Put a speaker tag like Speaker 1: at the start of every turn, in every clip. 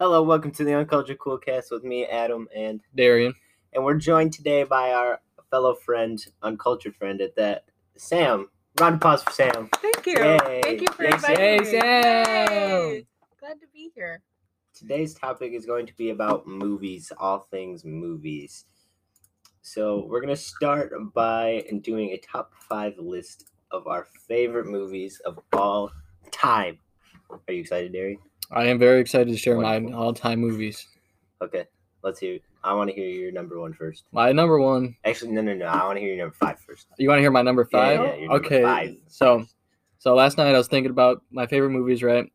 Speaker 1: Hello, welcome to the Uncultured Coolcast with me, Adam, and
Speaker 2: Darian.
Speaker 1: and we're joined today by our fellow friend, uncultured friend at that, Sam. Round of applause for Sam.
Speaker 3: Thank you.
Speaker 1: Yay.
Speaker 3: Thank you for
Speaker 1: Yay,
Speaker 3: inviting
Speaker 2: yay,
Speaker 3: me.
Speaker 2: Sam.
Speaker 3: Yay. Glad to be here.
Speaker 1: Today's topic is going to be about movies, all things movies. So we're gonna start by doing a top five list of our favorite movies of all time. Are you excited, Derry?
Speaker 2: I am very excited to share my
Speaker 1: Wonderful.
Speaker 2: all-time movies.
Speaker 1: Okay, let's hear. I want to hear your number one first.
Speaker 2: My number one.
Speaker 1: Actually, no, no, no. I want to hear your number five first.
Speaker 2: You want to hear my number
Speaker 1: Yeah,
Speaker 2: five?
Speaker 1: yeah, your number
Speaker 2: okay.
Speaker 1: five.
Speaker 2: So, so last night I was thinking about my favorite movies. Right.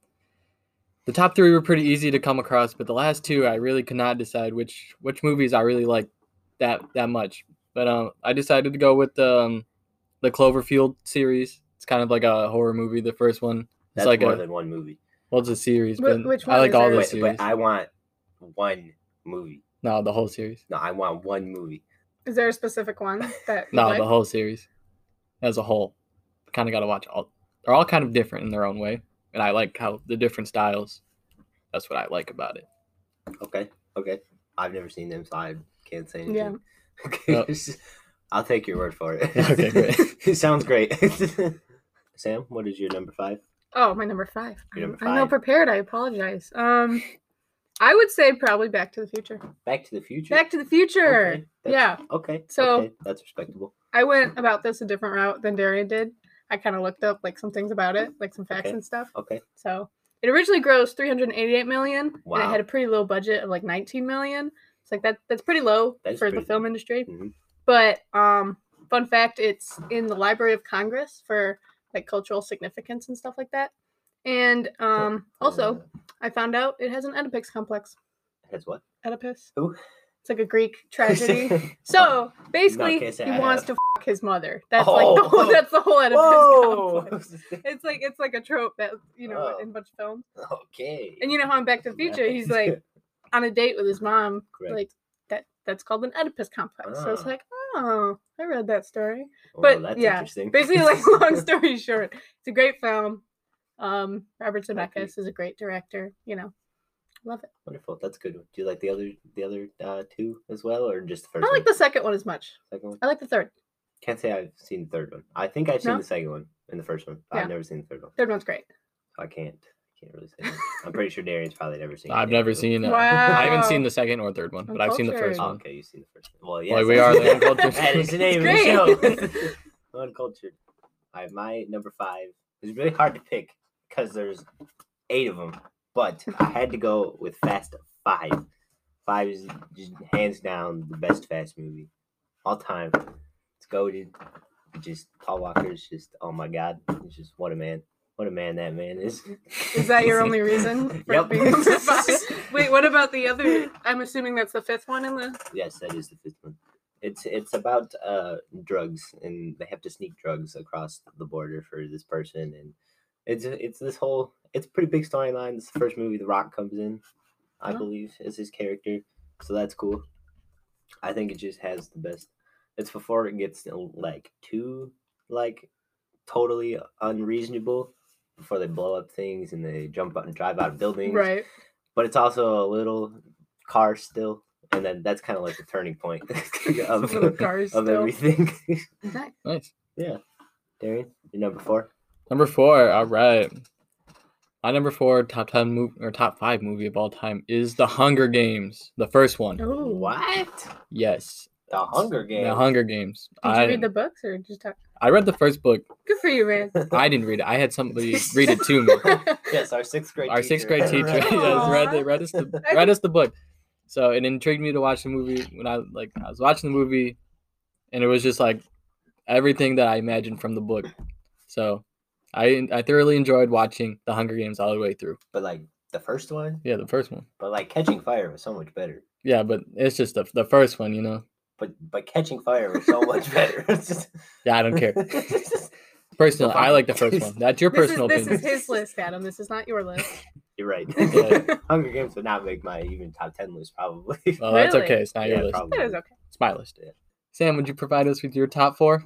Speaker 2: The top three were pretty easy to come across, but the last two I really could not decide which which movies I really liked that that much. But um, I decided to go with the um, the Cloverfield series. It's kind of like a horror movie. The first one.
Speaker 1: That's
Speaker 2: like
Speaker 1: more
Speaker 2: a-
Speaker 1: than one movie.
Speaker 2: Well, it's a series,
Speaker 3: Wh-
Speaker 2: but
Speaker 3: which
Speaker 2: I
Speaker 3: one
Speaker 2: like
Speaker 3: is
Speaker 2: all
Speaker 3: it?
Speaker 2: the
Speaker 1: But,
Speaker 2: series.
Speaker 1: but I want one movie.
Speaker 2: no, the whole series.
Speaker 1: No, I want one movie.
Speaker 3: Is there a specific one that? you
Speaker 2: No,
Speaker 3: like?
Speaker 2: the whole series as a whole. Kind of got to watch all. They're all kind of different in their own way, and I like how the different styles. That's what I like about it.
Speaker 1: Okay, okay. I've never seen them, so I can't say
Speaker 3: Yeah.
Speaker 1: anything.
Speaker 2: Yep.
Speaker 1: I'll take your word for it.
Speaker 2: Oh. Okay, great.
Speaker 1: it sounds great. Sam, what is your number five?
Speaker 3: Oh, my number five.
Speaker 1: Your number
Speaker 3: I'm- I'm not
Speaker 1: five.
Speaker 3: prepared. I apologize. Um, I would say probably Back to the Future.
Speaker 1: Back to the Future.
Speaker 3: Back to the Future.
Speaker 1: Okay, that's-
Speaker 3: yeah,
Speaker 1: Okay.
Speaker 3: So-
Speaker 1: okay, that's respectable.
Speaker 3: I went about this a different route than Darian did. I kind of looked up like some things about it, like some facts
Speaker 1: Okay.
Speaker 3: and stuff.
Speaker 1: Okay.
Speaker 3: So it originally grossed 388 million, and
Speaker 1: Wow.
Speaker 3: it had a pretty low budget of like 19 million. It's like that that's pretty low
Speaker 1: That is
Speaker 3: for
Speaker 1: pretty
Speaker 3: the film
Speaker 1: low.
Speaker 3: industry.
Speaker 1: Mhm.
Speaker 3: But um, fun fact, it's in the Library of Congress for like cultural significance and stuff like that. And um, also,
Speaker 1: Uh,
Speaker 3: I found out it has an Oedipus complex.
Speaker 1: that's what.
Speaker 3: Oedipus.
Speaker 1: Who?
Speaker 3: It's like a Greek tragedy. So basically,
Speaker 1: case
Speaker 3: he
Speaker 1: I
Speaker 3: wants
Speaker 1: have.
Speaker 3: to f- his mother. That's like the whole,
Speaker 1: Oh.
Speaker 3: that's the whole Oedipus
Speaker 1: Whoa.
Speaker 3: complex. It's like it's like a trope that you know
Speaker 1: Oh.
Speaker 3: in a bunch of films.
Speaker 1: okay.
Speaker 3: And you know how in Back to the Future, he's like on a date with his mom,
Speaker 1: Correct.
Speaker 3: like that that's called an Oedipus complex. So it's
Speaker 1: Ah.
Speaker 3: like, oh, I read that story.
Speaker 1: Oh,
Speaker 3: but,
Speaker 1: that's
Speaker 3: yeah,
Speaker 1: interesting.
Speaker 3: Basically, like long story short, it's a great film. Um, Robert
Speaker 1: Thank you.
Speaker 3: Zemeckis is a great director. You know, love it.
Speaker 1: Wonderful. That's good. Do you like the other the other uh, two as well, or just the
Speaker 3: I
Speaker 1: first?
Speaker 3: don't like
Speaker 1: one?
Speaker 3: the second one as much.
Speaker 1: Second one?
Speaker 3: I like the third.
Speaker 1: Can't say I've seen the third one. I think I've seen
Speaker 3: No?
Speaker 1: the second one and the first one. but
Speaker 3: Yeah.
Speaker 1: I've never seen the third one.
Speaker 3: Third one's great.
Speaker 1: I can't. Can't really say. That. I'm pretty sure Darian's probably never seen.
Speaker 2: I've
Speaker 1: any of
Speaker 2: never
Speaker 1: them.
Speaker 2: seen. Uh,
Speaker 3: Wow.
Speaker 2: I haven't seen the second or third one, but I've seen the first
Speaker 1: Oh,
Speaker 2: one.
Speaker 1: okay, you've seen the first one. Well, yes.
Speaker 2: Well, we are the uncultured.
Speaker 1: that is the name of
Speaker 3: It's
Speaker 1: the show. uncultured. All right, my number five is really hard to pick because there's eight of them, but I had to go with Fast Five. Five is just hands down the best Fast movie all time. It's goaded. Just Paul Walker is just oh my god, it's just what a man, what a man that man is.
Speaker 3: Is that your only reason for
Speaker 1: yep.
Speaker 3: being number five? Wait, what about the other? I'm assuming that's the fifth one in the.
Speaker 1: Yes, that is the fifth one. It's it's about uh drugs and they have to sneak drugs across the border for this person and it's it's this whole it's a pretty big storyline. It's the first movie The Rock comes in, I
Speaker 3: Oh.
Speaker 1: believe, as his character. So that's cool. I think it just has the best. It's before it gets uh, like too like totally unreasonable before they blow up things and they jump out and drive out of buildings
Speaker 3: Right.
Speaker 1: but it's also a little car still, and then that's kind of like the turning point of,
Speaker 3: Little cars.
Speaker 1: of
Speaker 3: still.
Speaker 1: everything.
Speaker 3: Nice.
Speaker 2: Nice.
Speaker 1: Darian, you're number four.
Speaker 2: Number four. All right. My number four top ten movie or top five movie of all time is The Hunger Games, the first one.
Speaker 3: Ooh.
Speaker 1: What?
Speaker 2: Yes,
Speaker 1: The Hunger Games.
Speaker 2: The Hunger Games.
Speaker 3: Did you
Speaker 2: I
Speaker 3: read the books or just talk?
Speaker 2: I read the first book.
Speaker 3: Good for you, man.
Speaker 2: I didn't read it. I had somebody read it to me.
Speaker 1: Yes, our sixth grade.
Speaker 2: our
Speaker 1: teacher.
Speaker 2: sixth grade teacher
Speaker 3: Right.
Speaker 2: yes, read,
Speaker 3: Aw.
Speaker 2: the, read us the read us the book, so it intrigued me to watch the movie. When I like, I was watching the movie, and it was just like everything that I imagined from the book. So, I I thoroughly enjoyed watching The Hunger Games all the way through.
Speaker 1: But like the first one,
Speaker 2: Yeah, the first one.
Speaker 1: but like Catching Fire was so much better.
Speaker 2: Yeah, but it's just the the first one, you know.
Speaker 1: But but Catching Fire was so much better. It's just-
Speaker 2: Yeah, I don't care. Personally, I like the first one. That's your
Speaker 3: This
Speaker 2: personal
Speaker 3: is,
Speaker 2: opinion.
Speaker 3: this is his list, Adam. This is not your list.
Speaker 1: You're right.
Speaker 2: Yeah.
Speaker 1: Hunger Games would not make my even top ten list probably.
Speaker 2: Well, Oh, that's
Speaker 3: Really?
Speaker 2: okay. It's not
Speaker 1: Yeah,
Speaker 2: your list.
Speaker 1: probably.
Speaker 3: That is okay.
Speaker 2: It's my list.
Speaker 1: Yeah.
Speaker 2: Sam, would you provide us with your top four?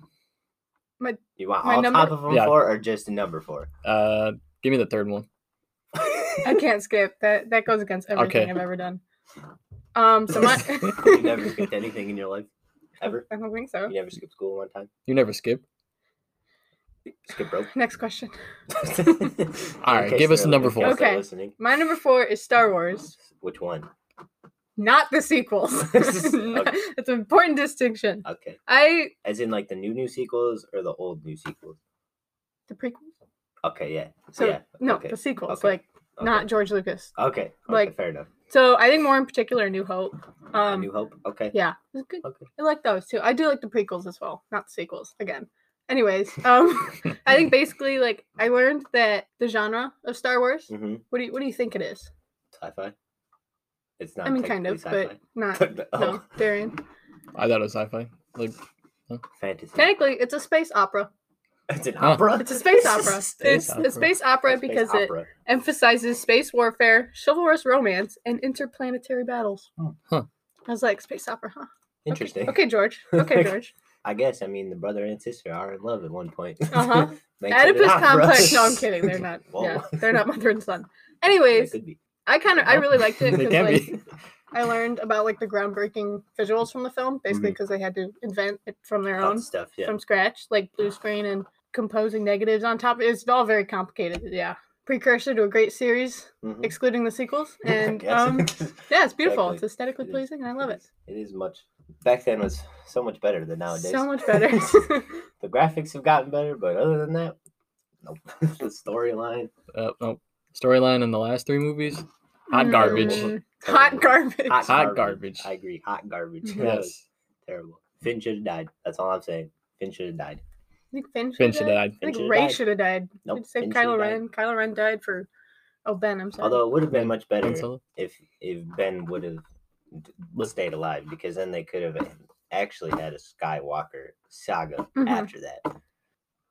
Speaker 1: You want
Speaker 3: My
Speaker 1: all
Speaker 3: number-
Speaker 1: top of them
Speaker 2: Yeah.
Speaker 1: four or just the number four?
Speaker 2: Uh, give me the third one.
Speaker 3: I can't skip. That that goes against everything
Speaker 2: Okay.
Speaker 3: I've ever done. Um, so my
Speaker 1: you never skipped anything in your life, ever.
Speaker 3: I don't think so.
Speaker 1: You never skipped school one time.
Speaker 2: You never skip.
Speaker 1: Skip rope.
Speaker 3: Next question.
Speaker 1: All
Speaker 2: right, give us number four.
Speaker 3: Okay.
Speaker 1: Listening.
Speaker 3: My number four is Star Wars,
Speaker 1: Which one?
Speaker 3: not the sequels. Not-
Speaker 1: Okay.
Speaker 3: That's an important distinction.
Speaker 1: Okay.
Speaker 3: I
Speaker 1: As in like the new new sequels or the old new sequels?
Speaker 3: the prequels.
Speaker 1: Okay, yeah.
Speaker 3: So
Speaker 1: yeah.
Speaker 3: no,
Speaker 1: okay.
Speaker 3: the sequels,
Speaker 1: okay,
Speaker 3: like
Speaker 1: okay.
Speaker 3: not George Lucas.
Speaker 1: Okay. okay,
Speaker 3: like,
Speaker 1: fair enough.
Speaker 3: So I think more in particular, New Hope. Um,
Speaker 1: new hope. Okay.
Speaker 3: yeah, it was good.
Speaker 1: Okay.
Speaker 3: I like those too. I do like the prequels as well, not the sequels again. Anyways, um, I think basically like I learned that the genre of Star Wars.
Speaker 1: Mm-hmm.
Speaker 3: What do you what do you think it is?
Speaker 1: Sci-fi. It's not.
Speaker 3: I mean, kind of,
Speaker 1: Uh, technically
Speaker 3: but not.
Speaker 1: sci-fi. oh,
Speaker 3: No, Darian.
Speaker 2: I thought it was sci-fi. Like
Speaker 1: fantasy.
Speaker 3: Technically, it's a space opera.
Speaker 1: It's an
Speaker 2: Huh.
Speaker 1: opera.
Speaker 3: It's a space opera.
Speaker 2: Space
Speaker 3: it's
Speaker 2: opera.
Speaker 3: a space opera
Speaker 1: Space
Speaker 3: because it
Speaker 1: opera.
Speaker 3: emphasizes space warfare, chivalrous romance, and interplanetary battles.
Speaker 1: Hmm.
Speaker 2: Huh.
Speaker 3: I was like, space opera, huh? Okay.
Speaker 1: Interesting.
Speaker 3: Okay, George. Okay, George.
Speaker 1: I guess. I mean, the brother and sister are in love at one point.
Speaker 3: Uh-huh.
Speaker 1: Makes it an
Speaker 3: Oedipus
Speaker 1: opera.
Speaker 3: complex. No, I'm kidding. They're not.
Speaker 1: Whoa.
Speaker 3: Yeah, they're not mother and son.
Speaker 1: Yeah, it
Speaker 3: Anyways,
Speaker 1: could be.
Speaker 3: I kind of I
Speaker 2: Well,
Speaker 3: really liked it
Speaker 2: they
Speaker 3: because
Speaker 2: can
Speaker 3: like
Speaker 2: be.
Speaker 3: I learned about like the groundbreaking visuals from the film, basically
Speaker 1: Mm-hmm.
Speaker 3: because they had to invent it from their
Speaker 1: Lots
Speaker 3: own
Speaker 1: of stuff. Yeah.
Speaker 3: from scratch, like blue screen and composing negatives on top. It's all very complicated. Yeah, precursor to a great series,
Speaker 1: Mhm.
Speaker 3: excluding the sequels,
Speaker 1: I
Speaker 3: and
Speaker 1: guess.
Speaker 3: um, yeah, it's beautiful. It's
Speaker 1: Exactly.
Speaker 3: aesthetically
Speaker 1: It is-
Speaker 3: pleasing, and I love it.
Speaker 1: is- It is much. Back then was so much better than nowadays.
Speaker 3: So much better.
Speaker 1: the graphics have gotten better, but other than that, nope. the storyline.
Speaker 2: uh, no storyline in the last three movies. Hot garbage.
Speaker 3: Mm, Hot garbage.
Speaker 2: Hot garbage.
Speaker 1: I agree. Hot garbage.
Speaker 3: Mhm.
Speaker 1: That was
Speaker 2: Yes,
Speaker 1: terrible. Finn should have died. That's all I'm saying. Finn should have died.
Speaker 3: I think Finn
Speaker 2: Finn should
Speaker 3: should have
Speaker 2: have
Speaker 3: died.
Speaker 2: died.
Speaker 3: I think
Speaker 1: Finn
Speaker 3: Ray
Speaker 1: died.
Speaker 3: should have died.
Speaker 1: Nope.
Speaker 3: Save
Speaker 1: Finn
Speaker 3: Kylo
Speaker 1: shoulda died.
Speaker 3: Ren. Kylo Ren died for oh Ben. I'm sorry.
Speaker 1: Although it would have been
Speaker 2: Ben-
Speaker 1: much
Speaker 2: Ben
Speaker 1: better
Speaker 2: Solo.
Speaker 1: if if Ben would have stayed alive, because then they could have actually had a Skywalker saga
Speaker 3: Mhm.
Speaker 1: after that.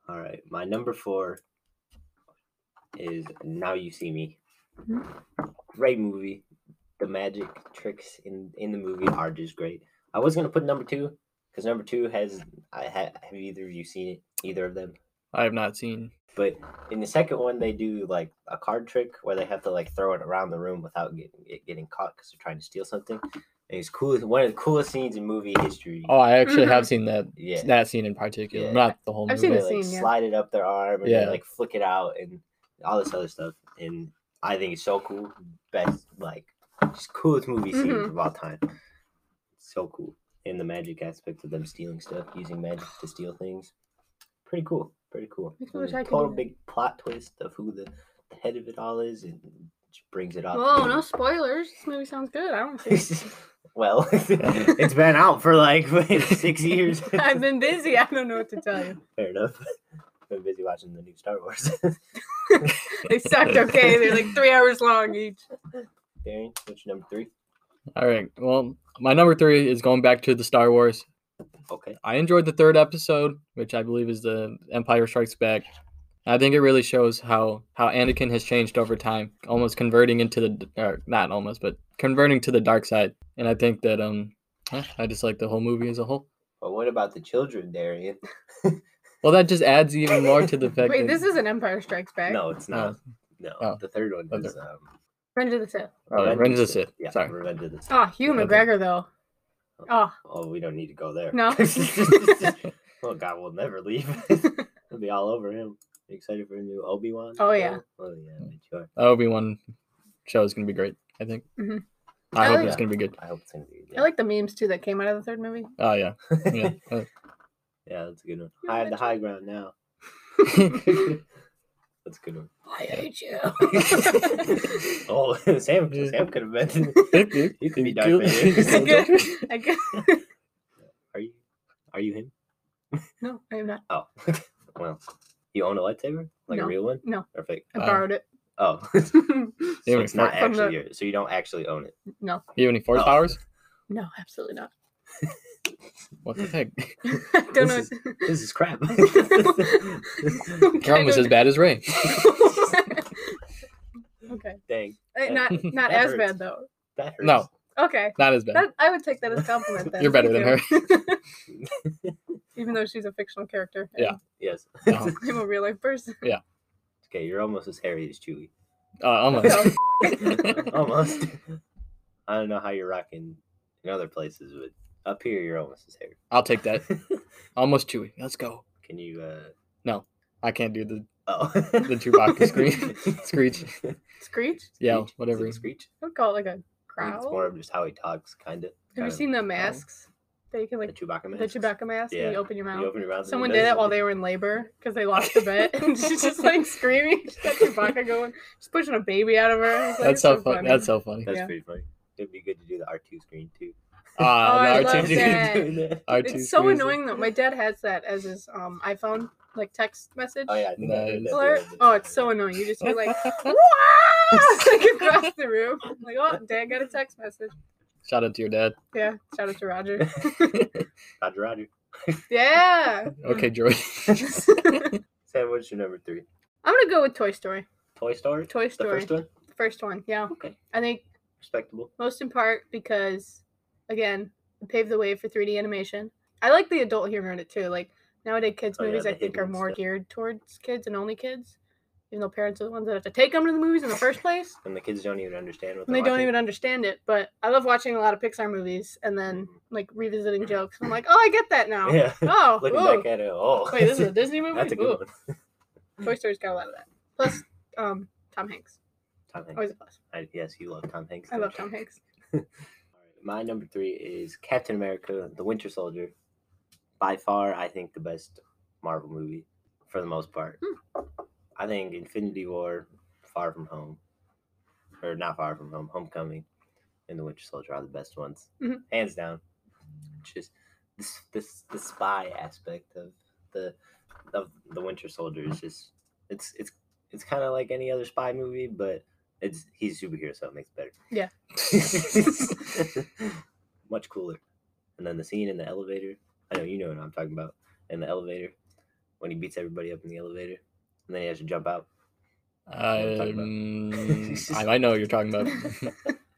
Speaker 1: All right, my number four is Now You See Me. Great movie. The magic tricks in in the movie are just great. I was gonna put number two because number two has I ha- have either of you seen it either of them?
Speaker 2: I have not seen.
Speaker 1: But in the second one, they do like a card trick where they have to like throw it around the room without getting it getting caught because they're trying to steal something. And it's cool. One of the coolest scenes in movie history.
Speaker 2: Oh, I actually have seen that
Speaker 1: yeah.
Speaker 2: that scene in particular,
Speaker 1: Yeah.
Speaker 2: not the whole
Speaker 3: I've
Speaker 2: movie.
Speaker 3: seen
Speaker 1: they
Speaker 3: the
Speaker 1: like
Speaker 3: scene, yeah.
Speaker 1: slide it up their arm and they,
Speaker 2: Yeah.
Speaker 1: like flick it out and all this other stuff. And I think it's so cool. Best like just coolest movie scenes
Speaker 3: Mhm.
Speaker 1: of all time. So cool. And the magic aspect of them stealing stuff, using magic to steal things. Pretty cool. Pretty cool.
Speaker 3: Makes me
Speaker 1: And
Speaker 3: wish I could do
Speaker 1: total
Speaker 3: that.
Speaker 1: big plot twist of who the, the head of it all is and just brings it up.
Speaker 3: Whoa, no spoilers. This movie sounds good. I don't see.
Speaker 1: well, it's been out for like six years.
Speaker 3: it. I've been busy. I don't know what to tell you.
Speaker 1: Fair enough. Been busy watching the new Star Wars.
Speaker 3: They sucked. Okay, they're like three hours long each.
Speaker 1: Darian, what's your number three?
Speaker 2: All right. Well, my number three is going back to the Star Wars.
Speaker 1: Okay.
Speaker 2: I enjoyed the third episode, which I believe is the Empire Strikes Back. I think it really shows how how Anakin has changed over time, almost converting into the or not almost, but converting to the dark side. And I think that um, eh, I just like the whole movie as a whole.
Speaker 1: But what about the children, Darian?
Speaker 2: Well, that just adds even more to the fact.
Speaker 3: Wait,
Speaker 2: that,
Speaker 3: this is an Empire Strikes Back.
Speaker 1: No, it's
Speaker 2: No.
Speaker 1: not. No,
Speaker 2: Oh.
Speaker 1: the third one
Speaker 2: The
Speaker 1: is
Speaker 2: third-
Speaker 1: um,
Speaker 3: Revenge of the Sith.
Speaker 2: Oh, Revenge of the Sith.
Speaker 1: Yeah,
Speaker 2: Sorry.
Speaker 1: Revenge of the Sith.
Speaker 3: Oh, Hugh
Speaker 2: Yeah, the-
Speaker 3: McGregor though. Oh,
Speaker 1: Oh, we don't need to go there.
Speaker 3: No.
Speaker 1: oh, God, we'll never leave. It'll be all over him. You excited for a new Obi Wan?
Speaker 3: Oh, yeah.
Speaker 1: Oh yeah,
Speaker 2: Hmm.
Speaker 1: I'm sure.
Speaker 2: Obi Wan show is gonna be great. I think.
Speaker 3: Mhm.
Speaker 2: I
Speaker 3: I
Speaker 2: hope
Speaker 3: like-
Speaker 2: it's gonna be good.
Speaker 1: I hope it's gonna be.
Speaker 3: I like the memes too that came out of the third movie.
Speaker 2: Oh yeah, yeah. Uh,
Speaker 1: yeah, that's a good one.
Speaker 3: You're
Speaker 1: I have the
Speaker 3: magic.
Speaker 1: high ground now.
Speaker 2: Oh.
Speaker 1: that's a good one.
Speaker 3: I hate you.
Speaker 1: oh, Sam, Sam could have been. You could be Darth
Speaker 2: Good.
Speaker 1: Vader.
Speaker 3: I guess. I guess.
Speaker 1: Are you? Are you him?
Speaker 3: No, I am not.
Speaker 1: Oh, well, you own a lightsaber, like
Speaker 3: No.
Speaker 1: a real one?
Speaker 3: No.
Speaker 1: Perfect.
Speaker 3: I
Speaker 2: Uh,
Speaker 3: borrowed it.
Speaker 1: Oh, so
Speaker 2: Even
Speaker 1: it's not
Speaker 3: for- from
Speaker 1: actually
Speaker 3: the-
Speaker 1: yours. So you don't actually own it.
Speaker 3: no,
Speaker 2: You have any force
Speaker 1: Oh.
Speaker 2: powers?
Speaker 3: no, absolutely not.
Speaker 2: What the heck?
Speaker 3: I don't know.
Speaker 1: This This is crap.
Speaker 2: You're almost as bad as Ray.
Speaker 3: okay.
Speaker 1: Dang,
Speaker 3: Eh, Not not
Speaker 1: That
Speaker 3: as
Speaker 1: hurts.
Speaker 3: bad though.
Speaker 1: that hurts.
Speaker 2: No,
Speaker 3: Okay.
Speaker 2: not as bad.
Speaker 3: That, I would take that as a compliment then.
Speaker 2: You're better than her.
Speaker 3: Thank you. Even though she's a fictional character. and
Speaker 2: Yeah.
Speaker 1: Yes.
Speaker 2: No.
Speaker 3: I'm a real life person.
Speaker 1: Okay, you're almost as hairy as Chewy.
Speaker 2: Uh, almost.
Speaker 3: So-
Speaker 1: almost. I don't know how you're rocking in other places, but up here you're almost as hairy.
Speaker 2: I'll take that. Almost Chewy. Let's go.
Speaker 1: Can you? uh
Speaker 2: I can't do the
Speaker 1: Oh,
Speaker 2: The Chewbacca scream- screech.
Speaker 3: Screech?
Speaker 2: yeah
Speaker 1: Screech? Is it
Speaker 2: whatever.
Speaker 1: Screech.
Speaker 3: I would call it like a
Speaker 1: I think
Speaker 3: crow.
Speaker 1: It's more of just how he talks, kind of.
Speaker 3: Have you seen the masks? That you can
Speaker 1: the
Speaker 3: like
Speaker 1: Chewbacca
Speaker 3: the
Speaker 1: mask?
Speaker 3: Chewbacca mask
Speaker 1: Yeah.
Speaker 3: and you open your mouth.
Speaker 1: You open your mouth. and it
Speaker 3: Someone
Speaker 1: does
Speaker 3: did it while
Speaker 1: something.
Speaker 3: they were in labor because they lost the bet, and she's just like screaming. She's got Chewbacca going, she's pushing a baby out of her. It's, like,
Speaker 2: That's so
Speaker 3: so
Speaker 2: fun. That's so funny. Uh,
Speaker 1: That's
Speaker 3: Yeah.
Speaker 1: pretty funny. It'd be good to do the R two screen too.
Speaker 2: Ah,
Speaker 3: Oh, I
Speaker 2: the
Speaker 3: love
Speaker 2: R2
Speaker 3: that.
Speaker 1: Doing that.
Speaker 2: R2
Speaker 3: It's so
Speaker 2: squeeze.
Speaker 3: annoying though. My dad has that as his um iPhone like text message.
Speaker 1: Oh yeah. I think I heard that
Speaker 2: Nice.
Speaker 1: the other
Speaker 3: Alert.
Speaker 1: day.
Speaker 3: Oh, it's so annoying. You just hear like, "Wah!" like across the room. I'm like, oh, dad got a text message.
Speaker 2: Shout out to your dad.
Speaker 3: Yeah, shout out to Roger.
Speaker 1: Roger, Roger.
Speaker 3: Yeah.
Speaker 2: Okay, Joey.
Speaker 1: Sam, what's your number three?
Speaker 3: I'm gonna go with Toy Story.
Speaker 1: Toy Story.
Speaker 3: Toy Story.
Speaker 1: The first one.
Speaker 3: The first one. Yeah.
Speaker 1: Okay.
Speaker 3: I think
Speaker 1: Respectable.
Speaker 3: most in part because again it paved the way for 3d animation i like the adult humor in it too like nowadays kids
Speaker 1: Oh, yeah,
Speaker 3: movies i
Speaker 1: the
Speaker 3: think are
Speaker 1: hidden
Speaker 3: more
Speaker 1: stuff.
Speaker 3: geared towards kids and only kids even though parents are the ones that have to take them to the movies in the first place
Speaker 1: And the kids don't even understand what
Speaker 3: and
Speaker 1: they're
Speaker 3: they don't
Speaker 1: watching.
Speaker 3: even understand it but i love watching a lot of pixar movies and then like revisiting jokes i'm like oh i get that now
Speaker 1: Mm-hmm. Yeah.
Speaker 3: oh
Speaker 1: Looking
Speaker 3: ooh.
Speaker 1: back at it, oh.
Speaker 3: wait this is a disney movie
Speaker 1: That's a
Speaker 3: Ooh.
Speaker 1: good one.
Speaker 3: toy story's got a lot of that plus um tom hanks
Speaker 1: Tom Hanks.
Speaker 3: always a plus
Speaker 1: I, yes, you love Tom Hanks.
Speaker 3: i
Speaker 1: don't
Speaker 3: love
Speaker 1: you?
Speaker 3: tom hanks
Speaker 1: Alright, My number three is Captain America: The Winter Soldier. By far, I think the best Marvel movie for the most part. I think Infinity War, Far From Home, or not Far From Home, Homecoming, and The Winter Soldier are the best ones,
Speaker 3: Mhm.
Speaker 1: hands down. Just this, this, the spy aspect of the of the Winter Soldier is just it's it's it's kind of like any other spy movie, but it's he's a superhero, so it makes it better.
Speaker 3: Yeah.
Speaker 1: Much cooler. And then the scene in the elevator. I know you know what I'm talking about. In the elevator, when he beats everybody up in the elevator, and then he has to jump out. I'm talking about.
Speaker 2: Um, I, I know what you're talking about.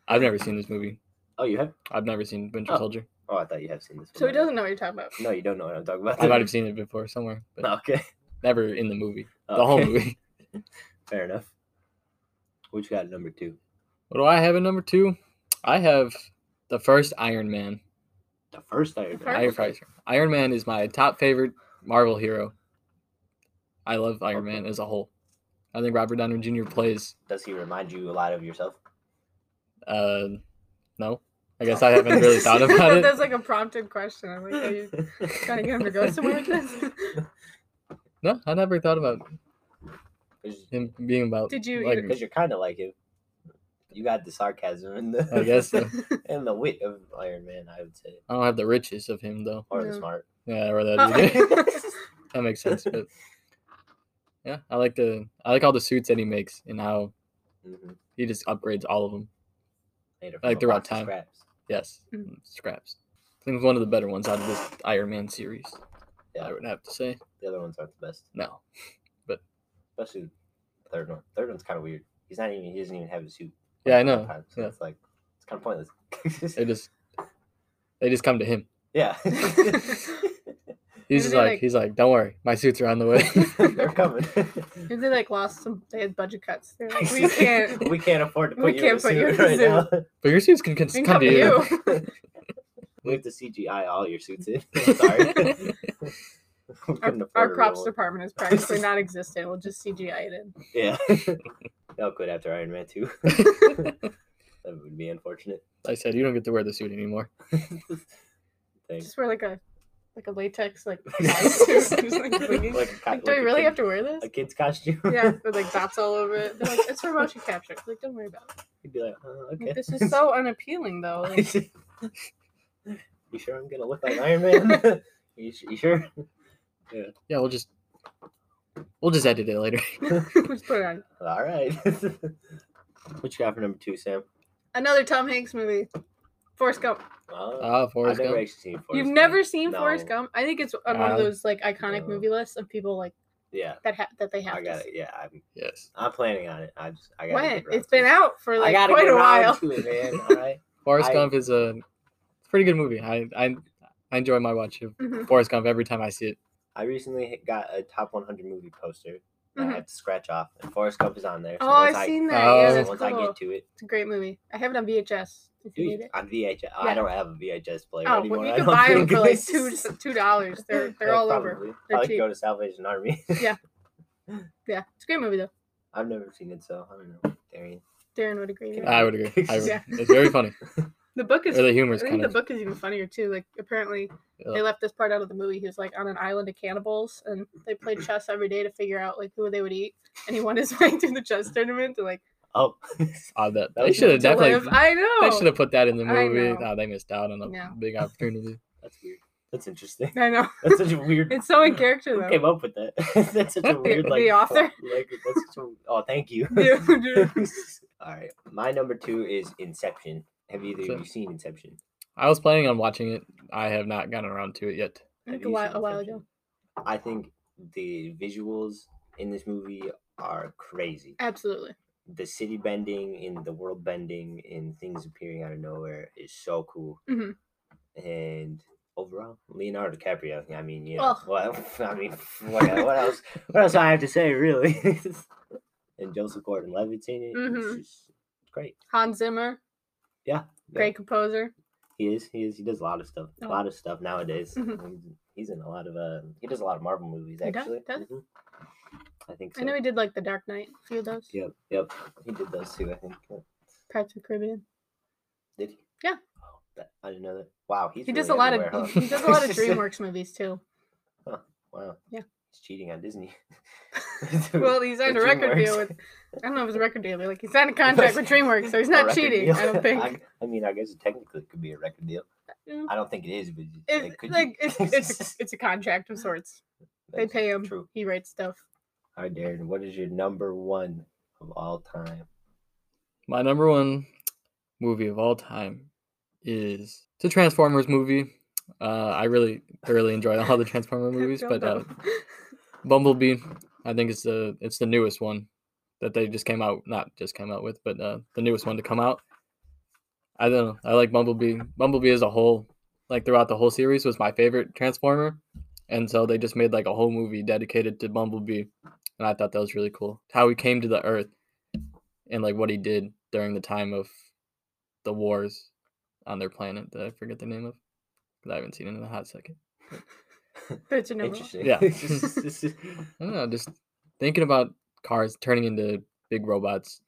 Speaker 2: I've never seen this movie.
Speaker 1: Oh, you have?
Speaker 2: I've never seen Winter
Speaker 1: Oh.
Speaker 2: Soldier.
Speaker 1: Oh, I thought you have seen this.
Speaker 3: so he
Speaker 1: one.
Speaker 3: doesn't know what you're talking about
Speaker 1: No, you don't know what I'm talking about.
Speaker 2: I might have seen it before somewhere, but
Speaker 1: Okay.
Speaker 2: never in the movie. The whole
Speaker 1: Okay.
Speaker 2: movie.
Speaker 1: Fair enough. What you got at number two?
Speaker 2: What do I have in number two? I have the first Iron Man.
Speaker 1: The first Iron
Speaker 3: The
Speaker 1: Man.
Speaker 2: Iron,
Speaker 3: Iron
Speaker 2: Christ. Iron Man is my top favorite Marvel hero. I love Iron
Speaker 1: Okay.
Speaker 2: Man as a whole. I think Robert Downey Jr. plays.
Speaker 1: Does he remind you a lot of yourself?
Speaker 2: Uh, no, I guess I haven't really thought about it.
Speaker 3: That's like a prompted question. I'm like, are you trying to get him to go somewhere with this?
Speaker 2: No, I never thought about
Speaker 1: Because
Speaker 2: him being about.
Speaker 3: Did you
Speaker 2: like,
Speaker 3: either-
Speaker 1: you're kind of like him. You got the sarcasm and the
Speaker 2: I guess so.
Speaker 1: and the wit of Iron Man, I would say,
Speaker 2: I don't have the riches of him though.
Speaker 1: or the
Speaker 3: No.
Speaker 1: smart.
Speaker 2: Yeah, or that either.
Speaker 3: Uh-uh.
Speaker 2: that makes sense. But yeah, I like the I like all the suits that he makes and how
Speaker 1: Mhm.
Speaker 2: he just upgrades all of them.
Speaker 1: Made it from a
Speaker 2: Like they're out
Speaker 1: box of
Speaker 2: time.
Speaker 1: Scraps.
Speaker 2: Yes,
Speaker 3: Mm.
Speaker 2: scraps. I think it's one of the better ones out of this Iron Man series.
Speaker 1: Yeah.
Speaker 2: I would have to say
Speaker 1: The other ones aren't the best,
Speaker 2: no.
Speaker 1: especially the third one. Third one's kind of weird. He's not even. He doesn't even have a suit.
Speaker 2: Yeah,
Speaker 1: half
Speaker 2: I
Speaker 1: the
Speaker 2: know.
Speaker 1: time, so
Speaker 2: Yeah.
Speaker 1: it's like it's kind of pointless.
Speaker 2: They just they just come to him.
Speaker 1: yeah.
Speaker 2: He's
Speaker 3: Maybe
Speaker 2: just
Speaker 3: they,
Speaker 2: like,
Speaker 3: like-
Speaker 2: he's like, don't worry, my suits are on the way.
Speaker 1: they're coming.
Speaker 3: Maybe they like lost some. They had budget cuts. They're like, we can't.
Speaker 1: We can't afford to put
Speaker 3: We
Speaker 1: you in a
Speaker 3: can't put you
Speaker 1: suit
Speaker 3: in a
Speaker 1: right now.
Speaker 2: but your suits can, can
Speaker 3: They
Speaker 2: come, to you.
Speaker 1: We have to CGI all your suits in. Sorry. We
Speaker 3: Our,
Speaker 1: couldn't afford a
Speaker 3: our
Speaker 1: real
Speaker 3: props
Speaker 1: one.
Speaker 3: department is practically non-existent. We'll just CGI it in.
Speaker 1: Yeah. They'll quit after Iron Man 2. that would be unfortunate.
Speaker 2: I said you don't get to wear the suit anymore.
Speaker 1: Thanks.
Speaker 3: Just wear like a like a latex like. just, like, blingy.
Speaker 1: Like a co-
Speaker 3: Like, do
Speaker 1: like
Speaker 3: we
Speaker 1: a
Speaker 3: really
Speaker 1: kid-
Speaker 3: have to wear this?
Speaker 1: a kid's costume?
Speaker 3: Yeah, with like dots all over it. They're like, it's for motion capture. Like, don't worry about it.
Speaker 1: You'd be like, oh,
Speaker 3: Like,
Speaker 1: okay.
Speaker 3: this is so unappealing though. Like,
Speaker 1: you sure I'm gonna look like Iron Man? you, s- you sure?
Speaker 2: Yeah, we'll just we'll just edit it later.
Speaker 3: just put it on.
Speaker 1: All right. what you got for number two, Sam?
Speaker 3: Another Tom Hanks movie, Forrest Gump.
Speaker 1: Uh,
Speaker 2: Ah,
Speaker 1: I've
Speaker 2: Forrest
Speaker 1: never
Speaker 2: Gump.
Speaker 1: actually seen Forrest
Speaker 3: You've
Speaker 1: Gump.
Speaker 3: never seen Forrest
Speaker 1: No. Um,
Speaker 3: Gump? I think it's on one
Speaker 2: Uh,
Speaker 3: of those like iconic
Speaker 1: no.
Speaker 3: movie lists of people like
Speaker 1: Yeah,
Speaker 3: that ha- that they have.
Speaker 1: I
Speaker 3: to
Speaker 1: got
Speaker 3: see.
Speaker 1: it. Yeah, I'm,
Speaker 2: Yes,
Speaker 1: I'm planning on it. I just, I got
Speaker 3: When? It's been out for
Speaker 1: I
Speaker 3: like
Speaker 1: gotta
Speaker 3: quite
Speaker 1: get
Speaker 3: a
Speaker 1: around
Speaker 3: while.
Speaker 1: to it, man. All right.
Speaker 2: Forrest
Speaker 1: I-
Speaker 2: Gump is a it's a pretty good movie. I I I enjoy my watch of
Speaker 3: Mhm.
Speaker 2: Forrest Gump every time I see it.
Speaker 1: I recently hit- got a top 100 movie poster that I have to scratch off. And Forrest Gump is on there.
Speaker 3: Mm-hmm. oh, I've
Speaker 1: once I-
Speaker 3: seen that. yeah,
Speaker 2: Oh.
Speaker 3: that's
Speaker 1: once
Speaker 3: cool.
Speaker 1: I get to it,
Speaker 3: it's a great movie. I have it on VHS. If you need
Speaker 1: dude,
Speaker 3: it.
Speaker 1: on VHS. I
Speaker 3: Yeah.
Speaker 1: don't have a VHS player
Speaker 3: Oh,
Speaker 1: anymore.
Speaker 3: well, you
Speaker 1: I
Speaker 3: can
Speaker 1: don't
Speaker 3: buy them
Speaker 1: think.
Speaker 3: for like two two dollars. They're they're
Speaker 1: Yeah,
Speaker 3: all over.
Speaker 1: Oh, probably.
Speaker 3: They're
Speaker 1: I like to
Speaker 3: cheap.
Speaker 1: go to Salvation Army.
Speaker 3: Yeah, it's a great movie though.
Speaker 1: I've never seen it, so I don't know. Darian.
Speaker 3: Darren would agree. with
Speaker 1: Yeah.
Speaker 3: that.
Speaker 2: I would agree. I would.
Speaker 3: Yeah.
Speaker 2: It's very funny.
Speaker 3: The book
Speaker 2: Or
Speaker 3: is.
Speaker 2: the
Speaker 3: I
Speaker 2: humor's
Speaker 3: think
Speaker 2: kind
Speaker 3: the
Speaker 2: of.
Speaker 3: book is even funnier too. Like apparently
Speaker 2: Yeah.
Speaker 3: they left this part out of the movie. He was like on an island of cannibals, and they played chess every day to figure out like who they would eat. And he won his way through the chess tournament to like
Speaker 1: Oh,
Speaker 2: odd
Speaker 1: That
Speaker 2: that they
Speaker 1: was
Speaker 2: should
Speaker 1: nice.
Speaker 2: have
Speaker 3: to
Speaker 2: definitely.
Speaker 3: live. I know.
Speaker 2: They should have put that in the
Speaker 3: Oh, I
Speaker 2: movie.
Speaker 3: know.
Speaker 2: No, they missed out on a
Speaker 3: No.
Speaker 2: big opportunity.
Speaker 1: that's weird. That's interesting.
Speaker 3: I know.
Speaker 1: That's such a weird.
Speaker 3: It's so in character
Speaker 1: Who
Speaker 3: though.
Speaker 1: came up with that? that's such a weird
Speaker 3: The
Speaker 1: like oh,
Speaker 3: author?
Speaker 1: Like that's such a, oh, thank you.
Speaker 3: Dude, dude.
Speaker 1: All right, my number two is Inception. Have either of
Speaker 2: So-
Speaker 1: you seen Inception?
Speaker 2: I was planning on watching it. I have not gotten around to it yet.
Speaker 3: I
Speaker 1: Have
Speaker 3: think a
Speaker 1: you
Speaker 3: while,
Speaker 1: seen
Speaker 3: a while
Speaker 1: Inception?
Speaker 3: ago.
Speaker 1: I think the visuals in this movie are crazy.
Speaker 3: Absolutely.
Speaker 1: The city bending and the world bending and things appearing out of nowhere is so cool.
Speaker 3: Mhm.
Speaker 1: And overall, Leonardo DiCaprio. I mean, you know,
Speaker 3: Ugh.
Speaker 1: what, I mean, what, el- what else? What else I have to say, really? and Joseph Gordon-Levitt's in it.
Speaker 3: Mhm.
Speaker 1: It's just great.
Speaker 3: Hans Zimmer.
Speaker 1: Yeah, yeah.
Speaker 3: Great composer.
Speaker 1: He is. He is. He does a lot of stuff. A
Speaker 3: Oh.
Speaker 1: lot of stuff nowadays.
Speaker 3: Mhm.
Speaker 1: He's- He's in a lot of. Uh, he does a lot of Marvel movies.
Speaker 3: He does-
Speaker 1: Actually,
Speaker 3: does?
Speaker 1: Mhm. I think. So.
Speaker 3: I know he did like The Dark Knight. A few of those.
Speaker 1: Yep. Yep. He did those too. I think. Yeah.
Speaker 3: Pirates of the Caribbean.
Speaker 1: Did he?
Speaker 3: Yeah.
Speaker 1: Oh, that, I didn't know that. Wow. He's
Speaker 3: he does a
Speaker 1: really
Speaker 3: lot of
Speaker 1: everywhere,
Speaker 3: he, he
Speaker 1: huh?
Speaker 3: does a lot of DreamWorks movies too.
Speaker 1: wow.
Speaker 3: Yeah.
Speaker 1: He's cheating on Disney.
Speaker 3: Well, he signed a record deal
Speaker 1: DreamWorks.
Speaker 3: with I don't know if it's a record deal, but like he signed a contract with DreamWorks, so he's not cheating. I don't think.
Speaker 1: I, mean, I guess it technically could be a record deal.
Speaker 3: Mm.
Speaker 1: I don't think it is, but
Speaker 3: It's,
Speaker 1: it could be.
Speaker 3: like it's, it's it's a contract of sorts. They
Speaker 1: That's
Speaker 3: pay him.
Speaker 1: True.
Speaker 3: He writes stuff.
Speaker 1: All right, Darren. What is your number one of all time?
Speaker 2: My number one movie of all time is the Transformers movie. Uh, I really thoroughly enjoy all the Transformer movies, but uh,
Speaker 3: Dumbo.
Speaker 2: Bumblebee, I think it's the it's the newest one that they just came out, not just came out with, but uh, the newest one to come out. I don't know. I like Bumblebee. Bumblebee as a whole, like throughout the whole series, was my favorite Transformer, and so they just made like a whole movie dedicated to Bumblebee, and I thought that was really cool. How he came to the Earth, and like what he did during the time of the wars on their planet that I forget the name of, 'cause I haven't seen it in a hot second.
Speaker 3: but it's a number.
Speaker 1: Interesting.
Speaker 2: Yeah.
Speaker 1: Yeah.
Speaker 2: I don't know, just thinking about cars turning into big robots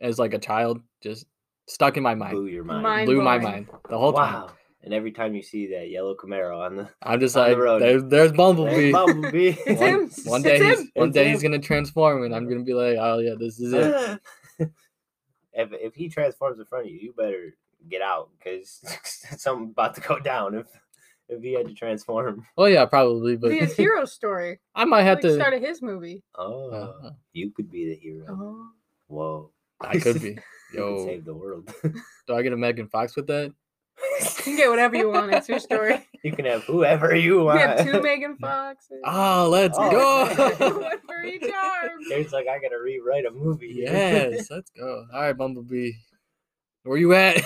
Speaker 2: as like a child just stuck in my mind.
Speaker 1: Blew your mind.
Speaker 3: Mine-
Speaker 2: Blew my
Speaker 3: Mind-blowing.
Speaker 2: mind the whole time.
Speaker 1: Wow. And every time you see that yellow Camaro on the
Speaker 2: I'm just
Speaker 1: On the
Speaker 2: like,
Speaker 1: road.
Speaker 2: there's, there's Bumblebee.
Speaker 1: There's Bumblebee.
Speaker 3: It's
Speaker 2: one,
Speaker 3: him.
Speaker 2: one
Speaker 3: It's
Speaker 2: day, he's,
Speaker 1: him.
Speaker 2: one
Speaker 1: It's
Speaker 2: day he's
Speaker 1: him.
Speaker 2: gonna transform, and I'm gonna be like, oh yeah, this is it.
Speaker 1: if, if he transforms in front of you, you better get out because something's about to go down. If if he had to transform,
Speaker 2: Oh yeah, probably, but
Speaker 3: See, his hero story.
Speaker 2: I might
Speaker 3: I
Speaker 2: have
Speaker 3: like
Speaker 2: to.
Speaker 3: started his movie.
Speaker 1: oh,
Speaker 2: Uh,
Speaker 1: you could be the hero.
Speaker 3: Oh.
Speaker 1: Whoa,
Speaker 2: Uh-huh. I could be.
Speaker 1: You could
Speaker 2: Yo,
Speaker 1: save the world.
Speaker 2: do I get a Megan Fox with that?
Speaker 3: You can get whatever you want. It's your story.
Speaker 1: You can have whoever you
Speaker 3: We
Speaker 1: want.
Speaker 3: have two Megan Foxes.
Speaker 2: Oh, let's
Speaker 1: Oh,
Speaker 2: go.
Speaker 3: One for each arm.
Speaker 1: There's like I gotta rewrite a movie. here.
Speaker 2: yes, let's go. All right, Bumblebee, where you at?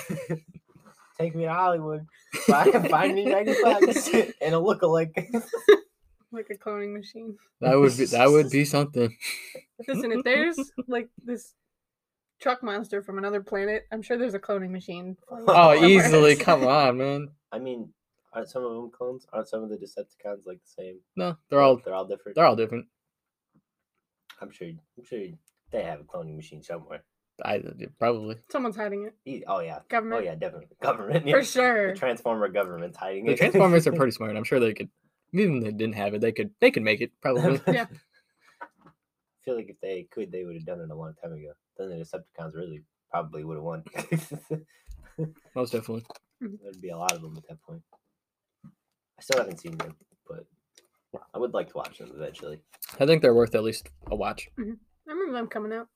Speaker 1: Take me to Hollywood. Find, find me Megan Fox and a lookalike.
Speaker 3: Like a cloning machine.
Speaker 2: That would be that would be something.
Speaker 3: Listen, if there's like this truck monster from another planet, I'm sure there's a cloning machine. flying
Speaker 2: Oh,
Speaker 3: somewhere.
Speaker 2: easily. Come on, man.
Speaker 1: I mean, aren't some of them clones? Aren't some of the Decepticons like the same?
Speaker 2: No, they're all
Speaker 1: they're all different.
Speaker 2: they're all different.
Speaker 1: I'm sure. I'm sure they have a cloning machine somewhere.
Speaker 2: I probably
Speaker 3: Someone's hiding it.
Speaker 1: E- Oh yeah. Oh
Speaker 3: Government.
Speaker 1: yeah, definitely. Government.
Speaker 3: For
Speaker 1: Yeah.
Speaker 3: sure.
Speaker 1: The Transformer government's hiding
Speaker 2: the
Speaker 1: it.
Speaker 2: Transformers are pretty smart. I'm sure they could. Even if they didn't have it, they could they could make it probably.
Speaker 3: Yeah.
Speaker 1: I feel like if they could, they would have done it a long time ago. Then the Decepticons really probably would have won.
Speaker 2: Most definitely.
Speaker 1: There'd be a lot of them at that point. I still haven't seen them, but I would like to watch them eventually.
Speaker 2: I think they're worth at least a watch.
Speaker 3: I remember them coming out.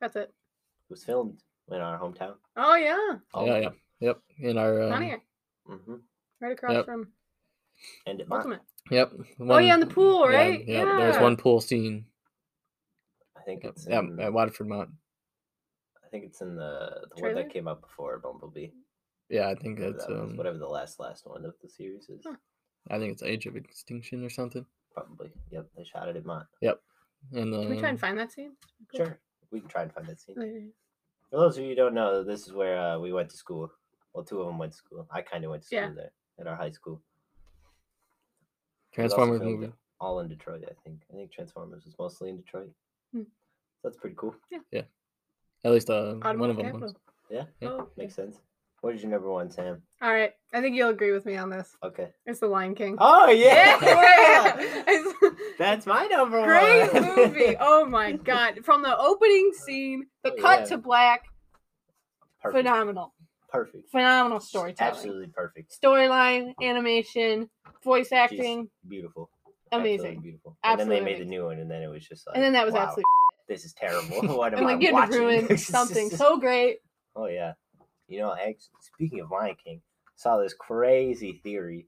Speaker 3: That's it.
Speaker 1: It was filmed in our hometown.
Speaker 3: Oh yeah,
Speaker 2: Yeah, yeah, yep. In our um,
Speaker 3: Pontiac,
Speaker 1: Mm-hmm.
Speaker 3: right across
Speaker 2: yep.
Speaker 3: from
Speaker 1: And it might,
Speaker 3: Ultimate.
Speaker 2: yep.
Speaker 3: Oh yeah, in the
Speaker 2: one-
Speaker 3: pool,
Speaker 2: yeah,
Speaker 3: right?
Speaker 2: Yeah, there's one pool scene.
Speaker 1: I think
Speaker 2: Yep,
Speaker 1: it's
Speaker 2: yeah,
Speaker 1: in,
Speaker 2: at Waterford Mount.
Speaker 1: I think it's in the the one
Speaker 3: Trailer?
Speaker 1: that came out before Bumblebee.
Speaker 2: Yeah, I think
Speaker 1: Whatever
Speaker 2: that's
Speaker 1: that was,
Speaker 2: um,
Speaker 1: whatever the last last one of the series is.
Speaker 3: Huh.
Speaker 2: I think it's Age of Extinction or something.
Speaker 1: Probably. Yep, they shot it at Mont.
Speaker 2: And then
Speaker 3: Can we try and
Speaker 1: Um,
Speaker 3: find that scene?
Speaker 1: Sure. We can try and find that scene.
Speaker 3: Okay.
Speaker 1: For those of you who don't know, this is where uh, we went to school. Well, two of them went to school. I kind of went to school
Speaker 3: Yeah.
Speaker 1: there at our high school. It was also
Speaker 2: Transformers
Speaker 1: filmed
Speaker 2: movie.
Speaker 1: All in Detroit, I think. I think Transformers was mostly in Detroit.
Speaker 3: Hmm.
Speaker 1: That's pretty cool.
Speaker 2: At least uh, one
Speaker 3: Automotive
Speaker 2: of them. Was.
Speaker 3: capital.
Speaker 1: Yeah,
Speaker 2: yeah,
Speaker 3: Oh, okay.
Speaker 1: Makes sense. What is your number one, Sam?
Speaker 3: All right. I think you'll agree with me on this.
Speaker 1: Okay.
Speaker 3: It's The Lion King.
Speaker 1: Oh yeah,
Speaker 3: It's-
Speaker 1: that's my number
Speaker 3: Great
Speaker 1: one.
Speaker 3: movie. Oh my god. From the opening scene, the
Speaker 1: Oh,
Speaker 3: cut
Speaker 1: yeah.
Speaker 3: to black,
Speaker 1: perfect.
Speaker 3: phenomenal.
Speaker 1: Perfect.
Speaker 3: Phenomenal storytelling.
Speaker 1: Absolutely perfect.
Speaker 3: Storyline, animation, voice acting,
Speaker 1: Beautiful. Absolutely
Speaker 3: amazing.
Speaker 1: beautiful. And then they
Speaker 3: Absolutely
Speaker 1: made the new one, and then it was just like.
Speaker 3: And then that was
Speaker 1: wow,
Speaker 3: absolute
Speaker 1: This is terrible. What am
Speaker 3: and
Speaker 1: I
Speaker 3: like getting
Speaker 1: watching?
Speaker 3: ruined something so great.
Speaker 1: Oh yeah, you know. Actually, speaking of Lion King, I saw this crazy theory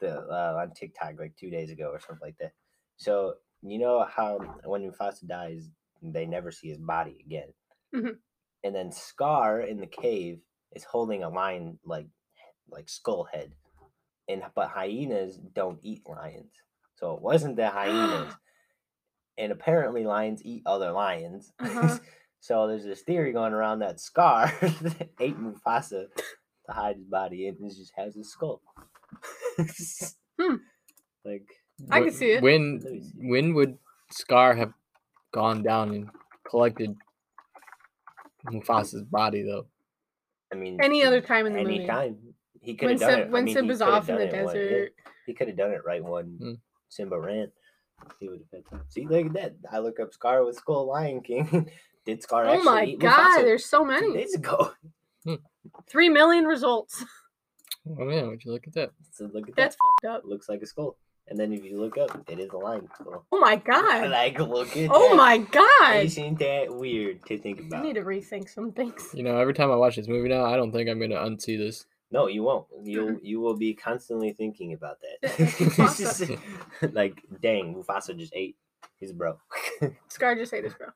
Speaker 1: that uh, on TikTok like two days ago or something like that. So you know how when Mufasa dies, they never see his body again,
Speaker 3: Mhm.
Speaker 1: and then Scar in the cave is holding a lion like like skull head, and but hyenas don't eat lions, so it wasn't the hyenas. And apparently, lions eat other lions.
Speaker 3: Uh-huh.
Speaker 1: So there's this theory going around that Scar ate Mufasa to hide his body in and just has his skull.
Speaker 3: Hmm.
Speaker 1: Like
Speaker 3: I
Speaker 2: Wh-
Speaker 3: could see it.
Speaker 1: Let me see.
Speaker 2: When when would Scar have gone down and collected Mufasa's body though?
Speaker 1: I mean
Speaker 3: Any other time in the
Speaker 1: any
Speaker 3: movie.
Speaker 1: time. He could
Speaker 3: When,
Speaker 1: have done it.
Speaker 3: Sim- when
Speaker 1: I mean, he
Speaker 3: Simba's
Speaker 1: coulda
Speaker 3: off in
Speaker 1: done
Speaker 3: the
Speaker 1: it one- yeah,
Speaker 3: desert.
Speaker 1: he could have done it right when
Speaker 2: Hmm.
Speaker 1: Simba ran. He would have had time. See, look at that. I look up Scar with Skull Lion King. Did Scar
Speaker 3: Oh
Speaker 1: actually
Speaker 3: my
Speaker 1: eat
Speaker 3: god,
Speaker 1: Mufasa
Speaker 3: there's so
Speaker 1: two
Speaker 3: many.
Speaker 1: days ago?
Speaker 3: Three million results.
Speaker 2: Oh yeah, would you look at that?
Speaker 1: So look at
Speaker 3: That's
Speaker 1: that.
Speaker 3: fucked up.
Speaker 1: It looks like a skull. And then if you look up, it is a lion skull.
Speaker 3: Oh my god.
Speaker 1: Like look at
Speaker 3: Oh
Speaker 1: that.
Speaker 3: my god.
Speaker 1: Isn't that weird to think
Speaker 3: I
Speaker 1: about?
Speaker 3: need to rethink some things.
Speaker 2: You know, every time I watch this movie now, I don't think I'm gonna unsee this.
Speaker 1: no, you won't. You you will be constantly thinking about
Speaker 3: That- that's Mm-hmm. Mufasa.
Speaker 1: that. like, dang, Mufasa just ate his bro.
Speaker 3: Scar just ate his bro.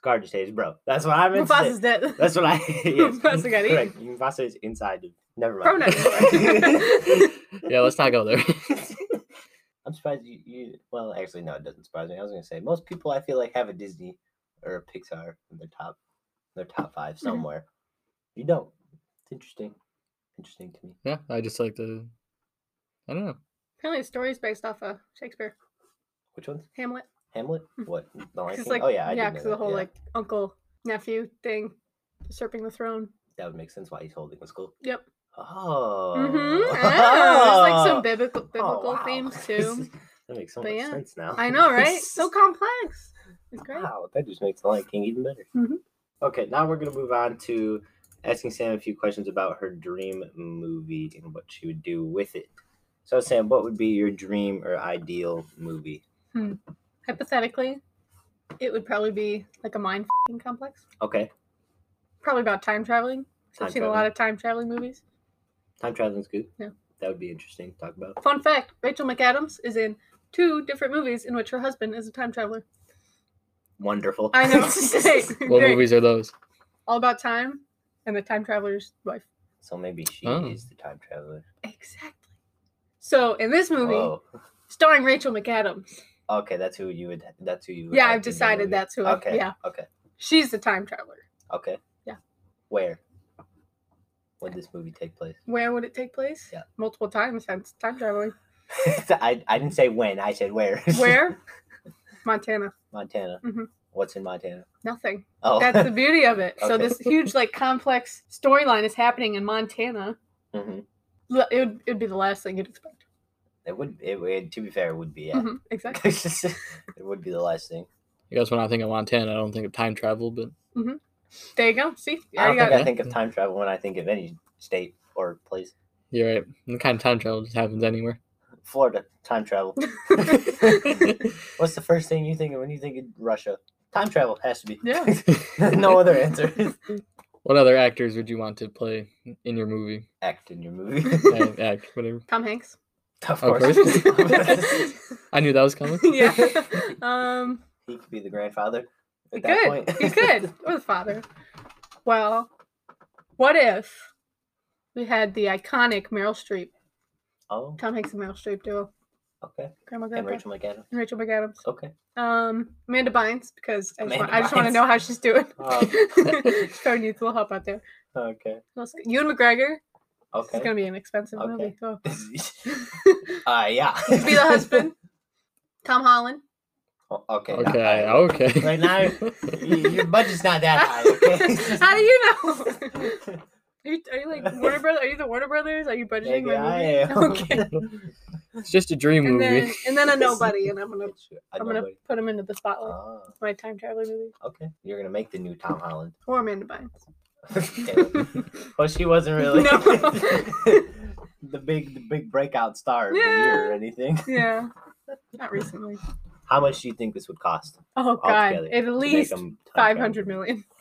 Speaker 1: Scar just ate his bro. That's what I meant. to say.
Speaker 3: Mufasa's dead.
Speaker 1: That's what I. yes,
Speaker 3: Mufasa got
Speaker 1: correct. Mufasa is inside. Of, never mind.
Speaker 3: Pronoun.
Speaker 2: Yeah, let's not go there.
Speaker 1: I'm surprised you, you. Well, actually, no, it doesn't surprise me. I was gonna say most people I feel like have a Disney or a Pixar in their top, their top five
Speaker 3: Mm-hmm.
Speaker 1: somewhere. You don't. It's interesting. Interesting to me.
Speaker 2: yeah, I just like to. I don't know.
Speaker 3: Apparently, the story's based off of Shakespeare,
Speaker 1: Which ones?
Speaker 3: Hamlet.
Speaker 1: Hamlet?
Speaker 3: Mm.
Speaker 1: What? The Lion
Speaker 3: Because
Speaker 1: King?
Speaker 3: like,
Speaker 1: oh yeah, I
Speaker 3: yeah,
Speaker 1: did know
Speaker 3: because the
Speaker 1: that,
Speaker 3: whole
Speaker 1: yeah.
Speaker 3: like uncle nephew thing, usurping the throne.
Speaker 1: that would make sense why he's holding the skull.
Speaker 3: Yep.
Speaker 1: Oh.
Speaker 3: Mm-hmm. Ah, there's like some biblical
Speaker 1: Oh,
Speaker 3: biblical
Speaker 1: wow.
Speaker 3: themes too.
Speaker 1: that makes so
Speaker 3: But
Speaker 1: much
Speaker 3: yeah.
Speaker 1: sense now.
Speaker 3: I know, right? So complex. It's great.
Speaker 1: wow, that just makes the Lion King even better.
Speaker 3: Mhm.
Speaker 1: Okay, now we're gonna move on to asking Sam a few questions about her dream movie and what she would do with it. So Sam, what would be your dream or ideal movie?
Speaker 3: Hypothetically, it would probably be like a mind fucking complex.
Speaker 1: Okay,
Speaker 3: Probably about time traveling. So
Speaker 1: Time
Speaker 3: I've seen a lot of time traveling movies.
Speaker 1: time traveling's good.
Speaker 3: Yeah.
Speaker 1: that would be interesting to talk about.
Speaker 3: Fun fact: Rachel McAdams is in two different movies in which her husband is a time traveler.
Speaker 1: Wonderful.
Speaker 3: I know. Great.
Speaker 2: What
Speaker 3: Great.
Speaker 2: movies are those?
Speaker 3: All about time and the time traveler's wife.
Speaker 1: So maybe she
Speaker 2: Oh.
Speaker 1: is the time traveler.
Speaker 3: Exactly. So in this movie,
Speaker 1: Whoa.
Speaker 3: starring Rachel McAdams,
Speaker 1: Okay, that's who you would. That's who you. Would
Speaker 3: Yeah,
Speaker 1: like
Speaker 3: I've
Speaker 1: to do
Speaker 3: decided
Speaker 1: with it.
Speaker 3: that's who I-
Speaker 1: Okay.
Speaker 3: yeah.
Speaker 1: Okay.
Speaker 3: she's the time traveler.
Speaker 1: Okay.
Speaker 3: Yeah.
Speaker 1: Where? Would this movie take place?
Speaker 3: Where would it take place?
Speaker 1: Yeah.
Speaker 3: Multiple times since time traveling.
Speaker 1: I, I didn't say when. I said where.
Speaker 3: Where? Montana.
Speaker 1: Montana.
Speaker 3: Mhm.
Speaker 1: What's in Montana?
Speaker 3: Nothing.
Speaker 1: Oh.
Speaker 3: That's the beauty of it. So
Speaker 1: Okay.
Speaker 3: this huge, like, complex storyline is happening in Montana.
Speaker 1: Mhm.
Speaker 3: L- It would, it'd be the last thing you'd expect.
Speaker 1: It would. It would. To be fair, it would be. Yeah.
Speaker 3: Mhm, Exactly.
Speaker 1: it would be the last thing.
Speaker 2: I guess when I think of Montana, I don't think of time travel, but
Speaker 3: There you go. See,
Speaker 1: I
Speaker 3: I
Speaker 1: don't think
Speaker 3: got
Speaker 1: I
Speaker 2: it.
Speaker 1: think of time travel when I think of any state or place.
Speaker 2: you're right. The kind of time travel just happens anywhere.
Speaker 1: Florida time travel. What's the first thing you think of when you think of Russia? Time travel has to be.
Speaker 3: Yeah.
Speaker 1: no other answer.
Speaker 2: What other actors would you want to play in your movie?
Speaker 1: Act in your movie.
Speaker 2: Act, act whatever.
Speaker 3: Tom Hanks.
Speaker 1: Of
Speaker 2: Oh,
Speaker 1: course.
Speaker 2: first? I knew that was coming.
Speaker 3: yeah. Um,
Speaker 1: he could be the grandfather. At
Speaker 3: he
Speaker 1: that
Speaker 3: could.
Speaker 1: point.
Speaker 3: He could. Or the father. Well, what if we had the iconic Meryl Streep,
Speaker 1: oh,
Speaker 3: Tom Hanks and Meryl Streep duo?
Speaker 1: Okay.
Speaker 3: Grandma,
Speaker 1: And
Speaker 3: Grandpa,
Speaker 1: Rachel McAdams.
Speaker 3: and Rachel McAdams.
Speaker 1: Okay.
Speaker 3: Um, Amanda Bynes because I just, want,
Speaker 1: Amanda
Speaker 3: I just want to
Speaker 1: Bynes.
Speaker 3: know how she's doing.
Speaker 1: Oh.
Speaker 3: She probably needs a little help out there.
Speaker 1: Okay.
Speaker 3: Who else? Ewan McGregor. It's
Speaker 1: Okay.
Speaker 3: gonna be an expensive
Speaker 1: Okay.
Speaker 3: movie. So.
Speaker 1: uh, yeah.
Speaker 3: be the husband. Tom Holland.
Speaker 1: O- Oh, okay.
Speaker 2: Okay,
Speaker 1: alright.
Speaker 2: okay.
Speaker 1: Right now, y- your budget's not that high. Okay?
Speaker 3: how do you know? Are you, are you like Warner Brothers? Are you the Warner Brothers? Are you budgeting
Speaker 1: Maybe I
Speaker 3: my
Speaker 1: am.
Speaker 3: movie? Okay.
Speaker 2: it's just a dream
Speaker 3: And then
Speaker 2: movie.
Speaker 3: and then a nobody, and I'm
Speaker 1: I
Speaker 3: gonna I'm
Speaker 1: know,
Speaker 3: gonna
Speaker 1: buddy.
Speaker 3: put him into the spotlight.
Speaker 1: Ah,
Speaker 3: My time traveler movie
Speaker 1: okay. You're gonna make the new Tom Holland.
Speaker 3: or Amanda Bynes.
Speaker 1: Okay. well, she wasn't really
Speaker 3: No.
Speaker 1: the big the big breakout star of the
Speaker 3: Yeah.
Speaker 1: year or anything.
Speaker 3: yeah, not recently.
Speaker 1: How much do you think this would cost? to
Speaker 3: Oh
Speaker 1: Altogether,
Speaker 3: God, at
Speaker 1: make
Speaker 3: least
Speaker 1: them time
Speaker 3: five
Speaker 1: travel?
Speaker 3: hundred million.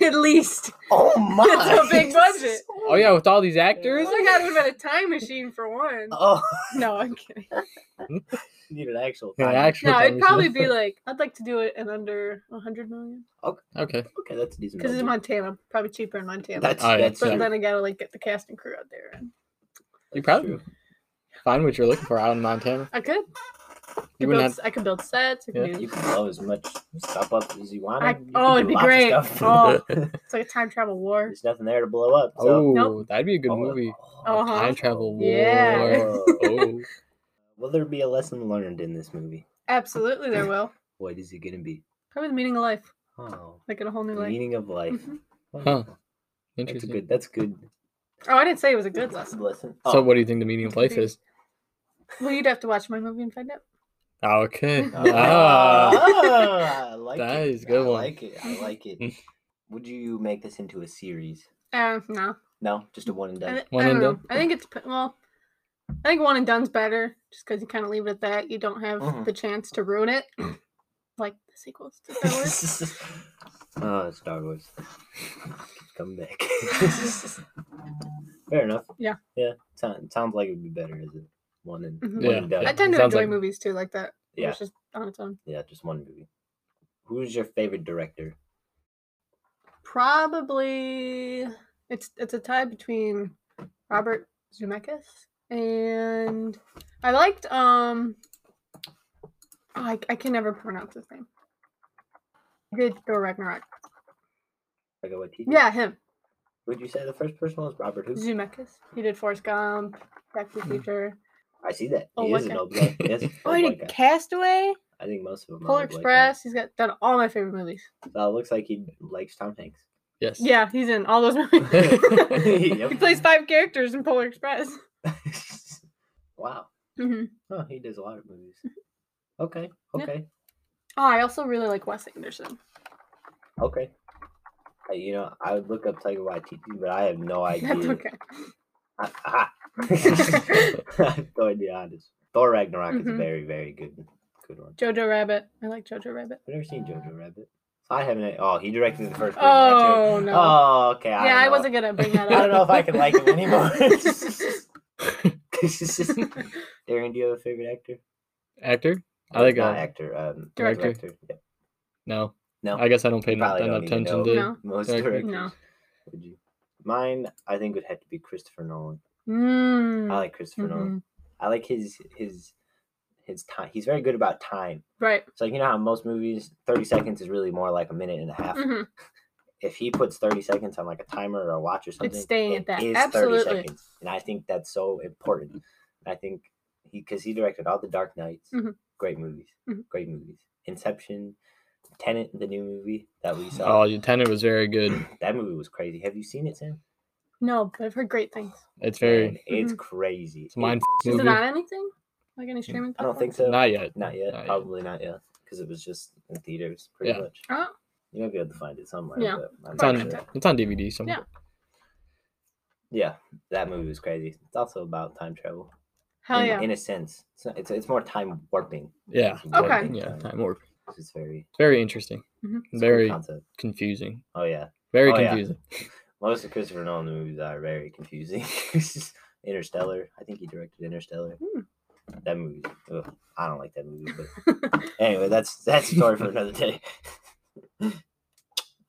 Speaker 3: At least.
Speaker 1: Oh my!
Speaker 3: That's a big budget.
Speaker 2: Oh yeah, with all these actors.
Speaker 3: I got him at a time machine for one.
Speaker 1: Oh,
Speaker 3: No, I'm kidding.
Speaker 1: you need an actual.
Speaker 2: Yeah,
Speaker 1: time.
Speaker 2: actually,
Speaker 3: No,
Speaker 2: time
Speaker 3: it'd
Speaker 2: machine.
Speaker 3: probably be like I'd like to do it in under hundred million
Speaker 2: okay.
Speaker 1: Okay, that's a decent.
Speaker 3: because it's in
Speaker 1: budget.
Speaker 3: Montana. Probably cheaper in Montana.
Speaker 1: That's
Speaker 2: Oh, yeah,
Speaker 1: that's
Speaker 3: but
Speaker 1: true.
Speaker 3: then I gotta like get the casting crew out there. And
Speaker 2: You
Speaker 1: That's
Speaker 2: probably
Speaker 1: true.
Speaker 2: find what you're looking for out in Montana.
Speaker 3: I could.
Speaker 2: You
Speaker 3: You
Speaker 2: wouldn't
Speaker 3: build,
Speaker 2: have.
Speaker 3: I could build sets. I could
Speaker 2: Yeah.
Speaker 1: You
Speaker 3: do,
Speaker 1: can blow as much stuff up as you want.
Speaker 3: I-
Speaker 1: You can
Speaker 3: oh,
Speaker 1: do
Speaker 3: it'd be
Speaker 1: lots of
Speaker 3: great.
Speaker 1: stuff.
Speaker 3: Oh. it's like a time travel war.
Speaker 1: There's nothing there to blow up. So.
Speaker 2: Oh,
Speaker 3: Nope.
Speaker 2: that'd be a good
Speaker 1: Oh,
Speaker 2: movie.
Speaker 1: oh,
Speaker 3: Uh-huh.
Speaker 2: Time travel war.
Speaker 3: Yeah.
Speaker 1: oh.
Speaker 2: Oh.
Speaker 1: Will there be a lesson learned in this movie?
Speaker 3: Absolutely, there will.
Speaker 1: What is it gonna be?
Speaker 3: Probably the meaning of life,
Speaker 1: Oh,
Speaker 3: like in a whole
Speaker 1: the
Speaker 3: new life.
Speaker 1: meaning of life. Oh,
Speaker 3: Mhm.
Speaker 2: Huh.
Speaker 1: That's a
Speaker 2: Interesting.
Speaker 1: good. That's good.
Speaker 3: Oh, I didn't say it was a good lesson.
Speaker 1: Lesson.
Speaker 2: So,
Speaker 1: Oh,
Speaker 2: what do you think the meaning of life is?
Speaker 3: Well, you'd have to watch my movie and find out.
Speaker 2: Okay.
Speaker 1: ah,
Speaker 2: Ah.
Speaker 1: I like
Speaker 2: That
Speaker 1: it.
Speaker 2: is a good
Speaker 1: I
Speaker 2: one.
Speaker 1: like it. I like it. Would you make this into a series?
Speaker 3: Uh, no,
Speaker 1: No, just a one and
Speaker 3: I,
Speaker 1: done.
Speaker 3: thi-
Speaker 2: One
Speaker 3: I
Speaker 2: and
Speaker 3: don't know.
Speaker 2: done?
Speaker 3: I think it's p- well. I think one and done's better, just because you kind of leave it at that. You don't have
Speaker 1: Mhm.
Speaker 3: the chance to ruin it, like the sequels to Star Wars.
Speaker 1: oh, Star Wars. Come back. Fair enough.
Speaker 3: Yeah.
Speaker 1: Yeah. Sound, sounds like it would be better as a one and
Speaker 3: Mhm.
Speaker 1: one
Speaker 2: Yeah.
Speaker 1: and done.
Speaker 3: I tend to
Speaker 2: Sounds
Speaker 3: enjoy
Speaker 2: like-
Speaker 3: movies too, like that.
Speaker 1: Yeah.
Speaker 3: which is on its own.
Speaker 1: Yeah, just one movie. Who's your favorite director?
Speaker 3: Probably it's it's a tie between Robert Zemeckis and I liked um oh, I I can never pronounce his name. He Did Thor Ragnarok?
Speaker 1: Taika Waititi?
Speaker 3: Yeah, him
Speaker 1: Would you say the first person was Robert Who?
Speaker 3: Zemeckis. He did Forrest Gump, Back to the
Speaker 2: Hmm.
Speaker 3: Future.
Speaker 1: I see that.
Speaker 3: Oh,
Speaker 1: he is
Speaker 3: white
Speaker 1: an
Speaker 3: guy.
Speaker 1: old guy. Yes.
Speaker 3: Oh, he
Speaker 1: old
Speaker 3: did
Speaker 1: white guy.
Speaker 3: Castaway,
Speaker 1: I think most of them. are
Speaker 3: Polar
Speaker 1: old white guys.
Speaker 3: Express. He's got done all my favorite movies.
Speaker 1: Uh, looks like he likes Tom Hanks.
Speaker 2: Yes.
Speaker 3: Yeah, he's in all those movies. he
Speaker 1: Yep.
Speaker 3: plays five characters in Polar Express.
Speaker 1: wow.
Speaker 3: Mhm.
Speaker 1: Oh, he does a lot of movies. Okay.
Speaker 3: Yeah.
Speaker 1: Okay.
Speaker 3: Oh, I also really like Wes Anderson.
Speaker 1: Okay. Uh, you know, I would look up Taika Waititi, but I have no idea.
Speaker 3: That's okay.
Speaker 1: I, ah. I have no idea. Honest. Thor Ragnarok is a
Speaker 3: Mhm.
Speaker 1: very, very good, good one.
Speaker 3: Jojo Rabbit. I like Jojo Rabbit.
Speaker 1: I've never seen Jojo Rabbit. So I haven't. Oh, he directed the first. one.
Speaker 3: Oh no.
Speaker 1: Oh, okay. I
Speaker 3: yeah,
Speaker 1: don't
Speaker 3: I
Speaker 1: know.
Speaker 3: wasn't gonna bring that
Speaker 1: I don't
Speaker 3: up.
Speaker 1: know if I can like him anymore. Darren, do you have a favorite actor?
Speaker 2: Actor? I
Speaker 1: Or
Speaker 2: like
Speaker 1: not
Speaker 2: uh,
Speaker 1: actor. Um,
Speaker 3: Director.
Speaker 1: Yeah.
Speaker 2: no.
Speaker 1: No.
Speaker 2: I guess I don't pay
Speaker 1: You probably
Speaker 2: enough
Speaker 1: don't even
Speaker 2: attention
Speaker 1: know
Speaker 2: to.
Speaker 3: No.
Speaker 1: Most
Speaker 2: Director.
Speaker 1: directors.
Speaker 3: No.
Speaker 1: Would you? Mine, I think, would have to be Christopher Nolan.
Speaker 3: Mm,
Speaker 1: I like Christopher Nolan.
Speaker 3: mhm.
Speaker 1: I like his his his time. He's very good about time.
Speaker 3: Right.
Speaker 1: So like, you know how most movies, thirty seconds is really more like a minute and a half.
Speaker 3: Mhm.
Speaker 1: If he puts thirty seconds on like a timer or a watch or something,
Speaker 3: staying
Speaker 1: it
Speaker 3: at that.
Speaker 1: is
Speaker 3: Absolutely. Mm-hmm.
Speaker 1: seconds, and I think that's so important. I think he because he directed all the Dark Knights,
Speaker 3: Mhm.
Speaker 1: great movies,
Speaker 3: Mhm.
Speaker 1: great movies. Inception, Tenet, the new movie that we saw.
Speaker 2: Oh, your tenant was very good.
Speaker 1: That movie was crazy. Have you seen it, Sam?
Speaker 3: No, but I've heard great things.
Speaker 2: It's
Speaker 1: Man,
Speaker 2: very.
Speaker 3: Mm-hmm.
Speaker 1: it's crazy.
Speaker 2: It's a mind
Speaker 3: Is
Speaker 2: movie.
Speaker 3: it on anything? Like any streaming?
Speaker 1: I don't think
Speaker 3: platforms?
Speaker 1: so.
Speaker 2: Not yet.
Speaker 1: Not yet. Oh,
Speaker 2: Not yet.
Speaker 1: Probably not yet. Because it was just in theaters, pretty
Speaker 2: Yeah.
Speaker 1: much.
Speaker 3: Oh,
Speaker 1: You might be able to find it somewhere.
Speaker 3: Yeah.
Speaker 1: but I'm
Speaker 2: It's
Speaker 1: not
Speaker 2: on.
Speaker 1: sure.
Speaker 2: It's on DVD somewhere.
Speaker 3: Yeah.
Speaker 1: Yeah, that movie was crazy. It's also about time travel.
Speaker 3: hell
Speaker 1: in,
Speaker 3: yeah.
Speaker 1: in a sense, it's, not, it's it's more time warping.
Speaker 2: Yeah.
Speaker 1: It's
Speaker 3: Okay.
Speaker 1: warping
Speaker 2: Yeah.
Speaker 1: time.
Speaker 2: Time warp.
Speaker 1: It's very
Speaker 2: Very interesting.
Speaker 3: Mhm.
Speaker 1: Mm-hmm. it's a cool
Speaker 2: Very
Speaker 1: concept.
Speaker 2: confusing.
Speaker 1: Oh yeah,
Speaker 2: Very
Speaker 1: Oh, yeah.
Speaker 2: confusing.
Speaker 1: most of Christopher Nolan movies are very confusing. Interstellar. I think he directed Interstellar.
Speaker 3: Hmm.
Speaker 1: That movie. ugh, I don't like that movie. But anyway, that's that's a story for another day.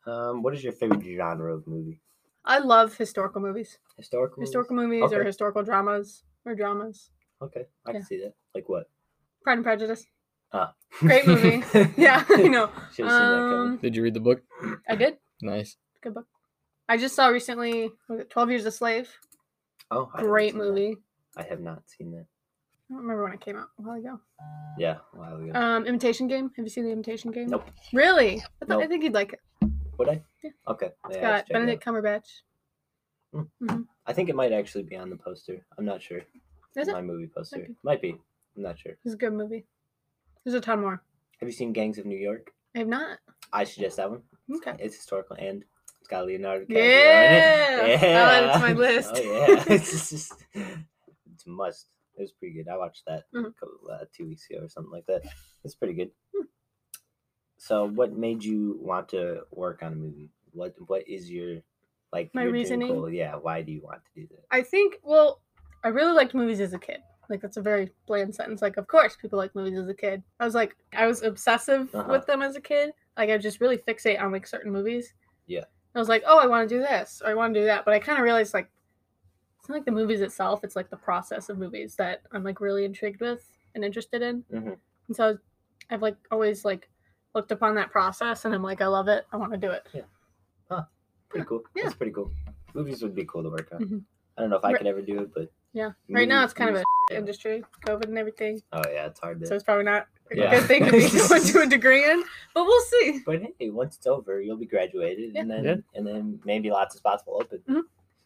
Speaker 1: um, what is your favorite genre of movie?
Speaker 3: I love historical movies.
Speaker 1: Historical. movies?
Speaker 3: Historical movies or
Speaker 1: Okay.
Speaker 3: historical dramas or dramas.
Speaker 1: Okay, I
Speaker 3: Yeah.
Speaker 1: can see that. Like what?
Speaker 3: Pride and Prejudice.
Speaker 1: Ah.
Speaker 3: Great movie. Yeah, I know.
Speaker 1: Should have seen that coming.
Speaker 3: Um,
Speaker 2: Did you read the book?
Speaker 3: I did.
Speaker 2: Nice.
Speaker 3: Good book. I just saw recently was it Twelve Years a Slave.
Speaker 1: Oh, I haven't
Speaker 3: Great
Speaker 1: seen that.
Speaker 3: movie.
Speaker 1: I have not seen that.
Speaker 3: I don't remember when it came out. A while ago.
Speaker 1: Yeah, a while ago.
Speaker 3: Um, Imitation Game. Have you seen the Imitation Game?
Speaker 1: Nope.
Speaker 3: Really? I, thought, I
Speaker 1: Nope.
Speaker 3: think you'd like it.
Speaker 1: Would I?
Speaker 3: yeah.
Speaker 1: Okay.
Speaker 3: It's
Speaker 1: yeah, I should
Speaker 3: got
Speaker 1: check it out.
Speaker 3: Benedict Cumberbatch.
Speaker 1: I think it might actually be on the poster. I'm not sure.
Speaker 3: Is it?
Speaker 1: My movie poster.
Speaker 3: be.
Speaker 1: Might be. I'm not sure.
Speaker 3: It's a good movie. There's a ton more.
Speaker 1: Have you seen Gangs of New York?
Speaker 3: I have not.
Speaker 1: I suggest that one.
Speaker 3: Okay.
Speaker 1: It's historical and it's got Leonardo DiCaprio in it.
Speaker 3: Yeah! I'll add it to my
Speaker 1: Yeah.
Speaker 3: list.
Speaker 1: Oh yeah. it's just it's a must. It was pretty good. I watched that a
Speaker 3: Mhm.
Speaker 1: couple, uh, two weeks ago or something like that. It's pretty good.
Speaker 3: Hmm.
Speaker 1: So, what made you want to work on a movie? What What is your like
Speaker 3: My
Speaker 1: your dream
Speaker 3: reasoning?
Speaker 1: goal? Yeah, why do you want to do that?
Speaker 3: I think. Well, I really liked movies as a kid. Like that's a very bland sentence. Like, of course, people like movies as a kid. I was like, I was obsessive
Speaker 1: Uh-huh.
Speaker 3: with them as a kid. Like, I just really fixate on like certain movies.
Speaker 1: Yeah.
Speaker 3: I was like, oh, I want to do this or I want to do that, but I kind of realized like it's not like the movies itself. It's like the process of movies that I'm like really intrigued with and interested in.
Speaker 1: Mhm.
Speaker 3: And so I was- I've like always like looked upon that process, and I'm like, I love it. I want to do it.
Speaker 1: Pretty cool.
Speaker 3: Yeah.
Speaker 1: That's pretty cool. Movies would be cool to work on.
Speaker 3: Mhm.
Speaker 1: I don't know if I
Speaker 3: Re-
Speaker 1: could ever do it, but
Speaker 3: Yeah. Right now,
Speaker 1: Movie-
Speaker 3: it's kind of a
Speaker 1: movies- yeah.
Speaker 3: industry, COVID and everything.
Speaker 1: oh yeah, it's hard to.
Speaker 3: So it's probably not a
Speaker 1: Yeah.
Speaker 3: good thing to be going to a degree in, but we'll see.
Speaker 1: But hey, once it's over, you'll be graduated, and then
Speaker 2: Yeah.
Speaker 1: and then maybe lots of spots will open.
Speaker 3: Mhm.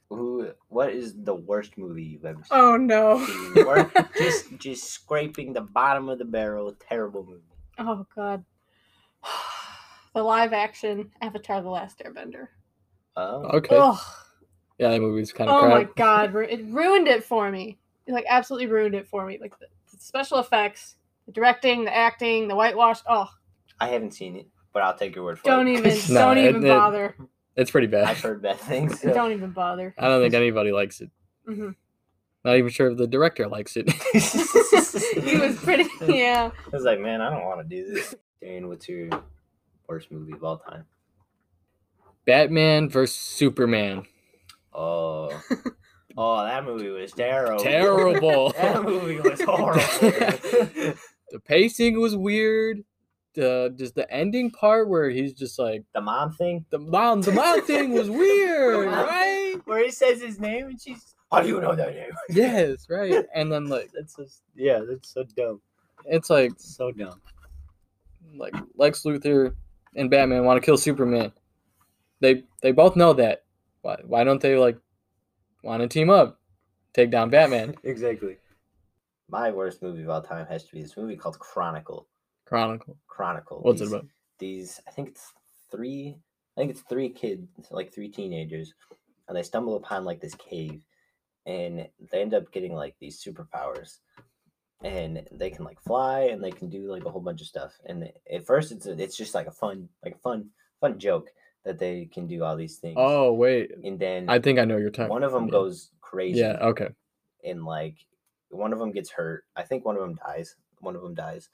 Speaker 1: Who? What is the worst movie you've ever seen?
Speaker 3: Oh no.
Speaker 1: Seen wor- just just scraping the bottom of the barrel. Terrible movie.
Speaker 3: Oh god. The live action Avatar The Last Airbender.
Speaker 1: Oh,
Speaker 2: Okay.
Speaker 3: Ugh.
Speaker 2: Yeah, that movie's kind of
Speaker 3: Oh my
Speaker 2: crap.
Speaker 3: god. ru- It ruined it for me. It, like absolutely ruined it for me. Like the, the special effects, the directing, the acting, the whitewash. Oh,
Speaker 1: I haven't seen it, but I'll take your word for
Speaker 3: don't
Speaker 1: it.
Speaker 3: even
Speaker 2: No,
Speaker 3: don't
Speaker 2: it-
Speaker 3: even
Speaker 2: it-
Speaker 3: bother.
Speaker 2: It's pretty bad.
Speaker 1: I've heard bad things. so-
Speaker 3: Don't even bother.
Speaker 2: I don't think anybody likes it.
Speaker 3: Mhm.
Speaker 2: Not even sure if the director likes it.
Speaker 3: he was pretty yeah.
Speaker 1: I was like, man, I don't want to do this. Darian, what's your worst movie of all time?
Speaker 2: Batman versus Superman.
Speaker 1: Oh, oh, that movie was terrible.
Speaker 2: Terrible.
Speaker 1: That movie was horrible.
Speaker 2: the pacing was weird. The just the ending part where he's just like
Speaker 1: the mom thing
Speaker 2: the mom the mom thing was weird,
Speaker 3: mom
Speaker 2: right?
Speaker 1: where he says his name and she's how do you know that name
Speaker 2: Yes, right. And then like
Speaker 1: that's just yeah that's so dumb
Speaker 2: it's like
Speaker 1: so dumb
Speaker 2: like Lex Luthor and Batman want to kill Superman. They they both know that. Why why don't they like want to team up, take down Batman?
Speaker 1: exactly my worst movie of all time has to be this movie called chronicle
Speaker 2: Chronicle.
Speaker 1: chronicle
Speaker 2: What's it
Speaker 1: These-
Speaker 2: about?
Speaker 1: these I think it's three I think it's three kids, like three teenagers, and they stumble upon like this cave and they end up getting like these superpowers. And they can like fly and they can do like a whole bunch of stuff. And at first it's a, it's just like a fun like a fun fun joke that they can do all these things.
Speaker 2: Oh wait,
Speaker 1: and then
Speaker 2: I think I know your time.
Speaker 1: one of them goes crazy
Speaker 2: Yeah. Okay.
Speaker 1: and like one of them gets hurt. I think one of them dies. One of them dies,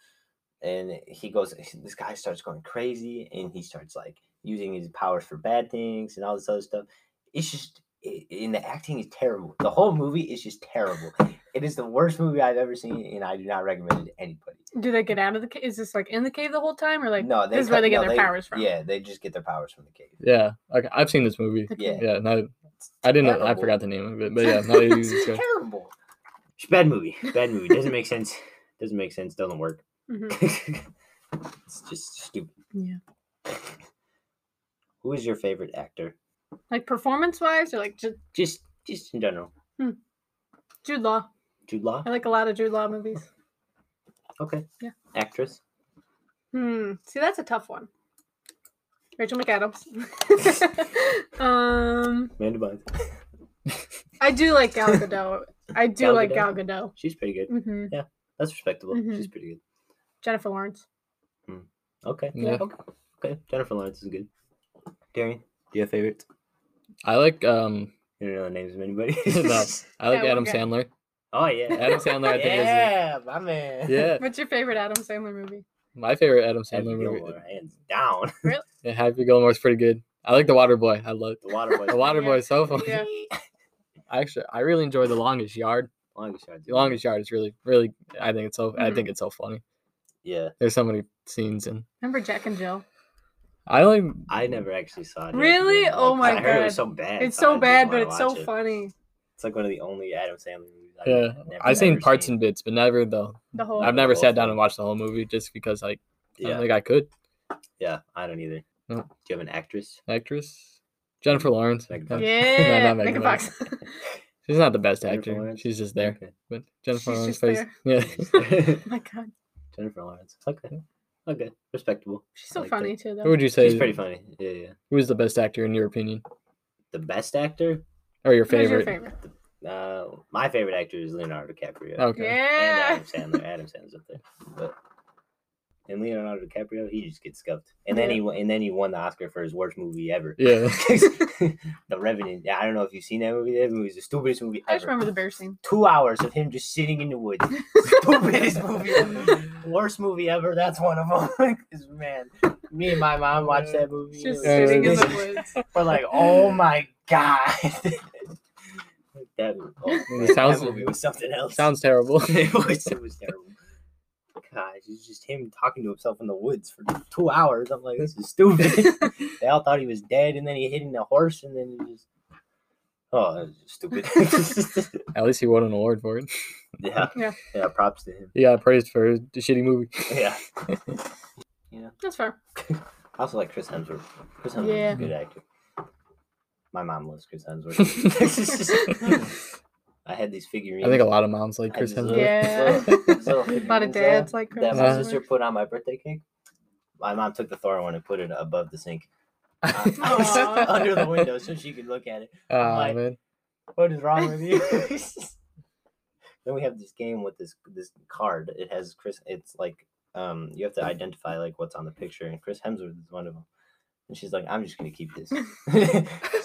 Speaker 1: and he goes. This guy starts going crazy, and he starts like using his powers for bad things and all this other stuff. It's just, i- and the acting is terrible. The whole movie is just terrible. It is the worst movie I've ever seen, and I do not recommend it to anybody.
Speaker 3: Do they get out of the cave? Is this like in the cave the whole time or like
Speaker 1: no,
Speaker 3: this is where
Speaker 1: cut-
Speaker 3: they get
Speaker 1: no,
Speaker 3: their powers from?
Speaker 1: Yeah, they just get their powers from the cave.
Speaker 2: Yeah. Okay. I've seen this movie.
Speaker 3: Okay.
Speaker 1: Yeah,
Speaker 2: Yeah. No,
Speaker 1: it's
Speaker 2: I didn't. I
Speaker 1: terrible.
Speaker 2: forgot the name of it. But yeah. No, you- you go.
Speaker 1: terrible. It's a bad movie. Bad movie. Doesn't make sense. Doesn't make sense. Doesn't work.
Speaker 3: Mhm.
Speaker 1: it's just stupid.
Speaker 3: Yeah.
Speaker 1: Who is your favorite actor?
Speaker 3: Like performance wise, or like just
Speaker 1: Just just in general.
Speaker 3: Jude Law.
Speaker 1: Jude Law?
Speaker 3: I like a lot of Jude Law movies.
Speaker 1: Okay.
Speaker 3: Uh, Yeah.
Speaker 1: Actress?
Speaker 3: Hmm. See, that's a tough one. Rachel McAdams. um,
Speaker 1: Amanda Bynes.
Speaker 3: I do like Gal Gadot. I do
Speaker 1: Gal
Speaker 3: like Gal
Speaker 1: Gadot.
Speaker 3: Gadot.
Speaker 1: She's pretty good.
Speaker 3: hmm
Speaker 1: That's respectable.
Speaker 3: Mhm.
Speaker 1: She's pretty good.
Speaker 3: Jennifer Lawrence.
Speaker 1: Okay.
Speaker 2: Yeah.
Speaker 1: Okay. Okay. Jennifer Lawrence is good. Darian, do you have favorites?
Speaker 2: I like um.
Speaker 1: You don't know the names of anybody.
Speaker 2: No. I like
Speaker 3: Yeah,
Speaker 2: Adam
Speaker 3: okay.
Speaker 2: Sandler.
Speaker 1: Oh yeah.
Speaker 2: Adam Sandler. I think
Speaker 1: yeah, my man.
Speaker 2: is. Yeah.
Speaker 3: What's your favorite Adam Sandler movie?
Speaker 2: My favorite Adam
Speaker 1: Happy
Speaker 2: Sandler movie.
Speaker 1: Gilmore, hands down.
Speaker 2: Yeah, Happy Gilmore's pretty good. I like The Water Boy. I love
Speaker 1: The Water Boy.
Speaker 2: The Water
Speaker 3: Yeah.
Speaker 2: Boy. So fun.
Speaker 3: Yeah.
Speaker 2: Actually, I really enjoy The Longest Yard.
Speaker 1: Longest yard.
Speaker 2: The longest yard is really, really. I think it's so. I think it's so funny.
Speaker 1: Yeah,
Speaker 2: There's so many scenes and
Speaker 3: Remember Jack and Jill?
Speaker 2: I like.
Speaker 1: I never actually saw it.
Speaker 3: Really? Oh my
Speaker 1: I heard it
Speaker 3: God.
Speaker 1: was so bad.
Speaker 3: It's
Speaker 1: I
Speaker 3: so
Speaker 1: didn't
Speaker 3: bad, but
Speaker 1: wanna
Speaker 3: it's so
Speaker 1: watch it.
Speaker 3: funny.
Speaker 1: It's like one of the only Adam Sandler movies. I've
Speaker 2: Yeah,
Speaker 1: never-
Speaker 2: I've seen
Speaker 1: ever
Speaker 2: parts and bits, but never though.
Speaker 3: The whole.
Speaker 2: I've
Speaker 1: the
Speaker 2: never
Speaker 1: whole
Speaker 2: sat down
Speaker 1: thing.
Speaker 2: and watched the whole movie just because like I
Speaker 1: Yeah,
Speaker 2: don't think I could.
Speaker 1: yeah, I don't either.
Speaker 2: No.
Speaker 1: Do you have an actress?
Speaker 2: Actress Jennifer Lawrence.
Speaker 1: Megan
Speaker 2: Yeah.
Speaker 1: Fox.
Speaker 3: yeah,
Speaker 2: not Megan
Speaker 3: Megan
Speaker 2: Fox.
Speaker 3: Fox. Oh
Speaker 2: She's not the best
Speaker 1: Jennifer
Speaker 2: actor.
Speaker 1: Lawrence?
Speaker 2: She's just there. But Jennifer Lawrence
Speaker 3: She's just
Speaker 2: plays. Yeah.
Speaker 1: Okay.
Speaker 3: oh my god,
Speaker 1: Jennifer Lawrence. Okay. Okay. Respectable.
Speaker 3: she's
Speaker 1: I
Speaker 3: so
Speaker 1: liked it.
Speaker 3: funny too. Though.
Speaker 2: Who would you
Speaker 1: She's
Speaker 2: say
Speaker 1: pretty funny. Yeah, yeah.
Speaker 2: who's the best actor in your opinion
Speaker 1: The best actor?
Speaker 2: or your
Speaker 3: Who's
Speaker 2: favorite?
Speaker 3: your favorite?
Speaker 1: Uh, my favorite actor is Leonardo DiCaprio.
Speaker 2: Okay.
Speaker 1: And Adam
Speaker 3: Yeah.
Speaker 1: Sandler. Adam Sandler's up there. But and Leonardo DiCaprio, he just gets scuffed. And then
Speaker 3: Yeah.
Speaker 1: he won- and then he won the Oscar for his worst movie ever.
Speaker 2: Yeah.
Speaker 1: the Revenant. Yeah, I don't know if you've seen that movie. That movie is the stupidest movie
Speaker 3: I just
Speaker 1: ever.
Speaker 3: remember the bear scene.
Speaker 1: Two hours of him just sitting in the woods. Stupidest movie. ever. Worst movie ever. That's one of them. Like, this man, me and my mom watched that movie.
Speaker 3: Just
Speaker 2: Yeah, yeah,
Speaker 3: sitting in
Speaker 2: yeah.
Speaker 3: the woods.
Speaker 1: We're like, oh my god. that, oh, man,
Speaker 2: sounds-
Speaker 1: that movie was something else.
Speaker 2: Sounds terrible.
Speaker 1: it, was, it was terrible. Gosh, it's just him talking to himself in the woods for two hours. I'm like, this is stupid. they all thought he was dead, and then he hit in the horse, and then he just. Oh, that was just stupid.
Speaker 2: At least he won an award for it.
Speaker 1: yeah.
Speaker 3: Yeah.
Speaker 1: Yeah, props to him.
Speaker 2: He got praised for the shitty movie.
Speaker 1: Yeah.
Speaker 3: That's fair.
Speaker 1: I also like Chris Hemsworth. Chris Hemsworth
Speaker 3: Yeah.
Speaker 1: is a good actor. My mom loves Chris Hemsworth. I had these figurines.
Speaker 2: I think a lot of moms like
Speaker 1: I
Speaker 2: Chris
Speaker 1: just love-
Speaker 2: Hemsworth.
Speaker 3: Yeah.
Speaker 1: love- just love
Speaker 3: A lot of
Speaker 1: figurines, uh,
Speaker 3: dads like
Speaker 1: that
Speaker 3: Chris
Speaker 1: my
Speaker 2: Yeah.
Speaker 1: sister
Speaker 3: Hemsworth.
Speaker 1: put on my birthday cake. My mom took the Thor one and put it above the sink, Uh,
Speaker 3: Aw.
Speaker 1: under the window, so she could look at it.
Speaker 2: Ah,
Speaker 1: Like-
Speaker 2: man.
Speaker 1: What is wrong with you? then we have this game with this this card. It has Chris. It's like um, you have to identify like what's on the picture, and Chris Hemsworth is one of them. And she's like, "I'm just gonna keep this." She's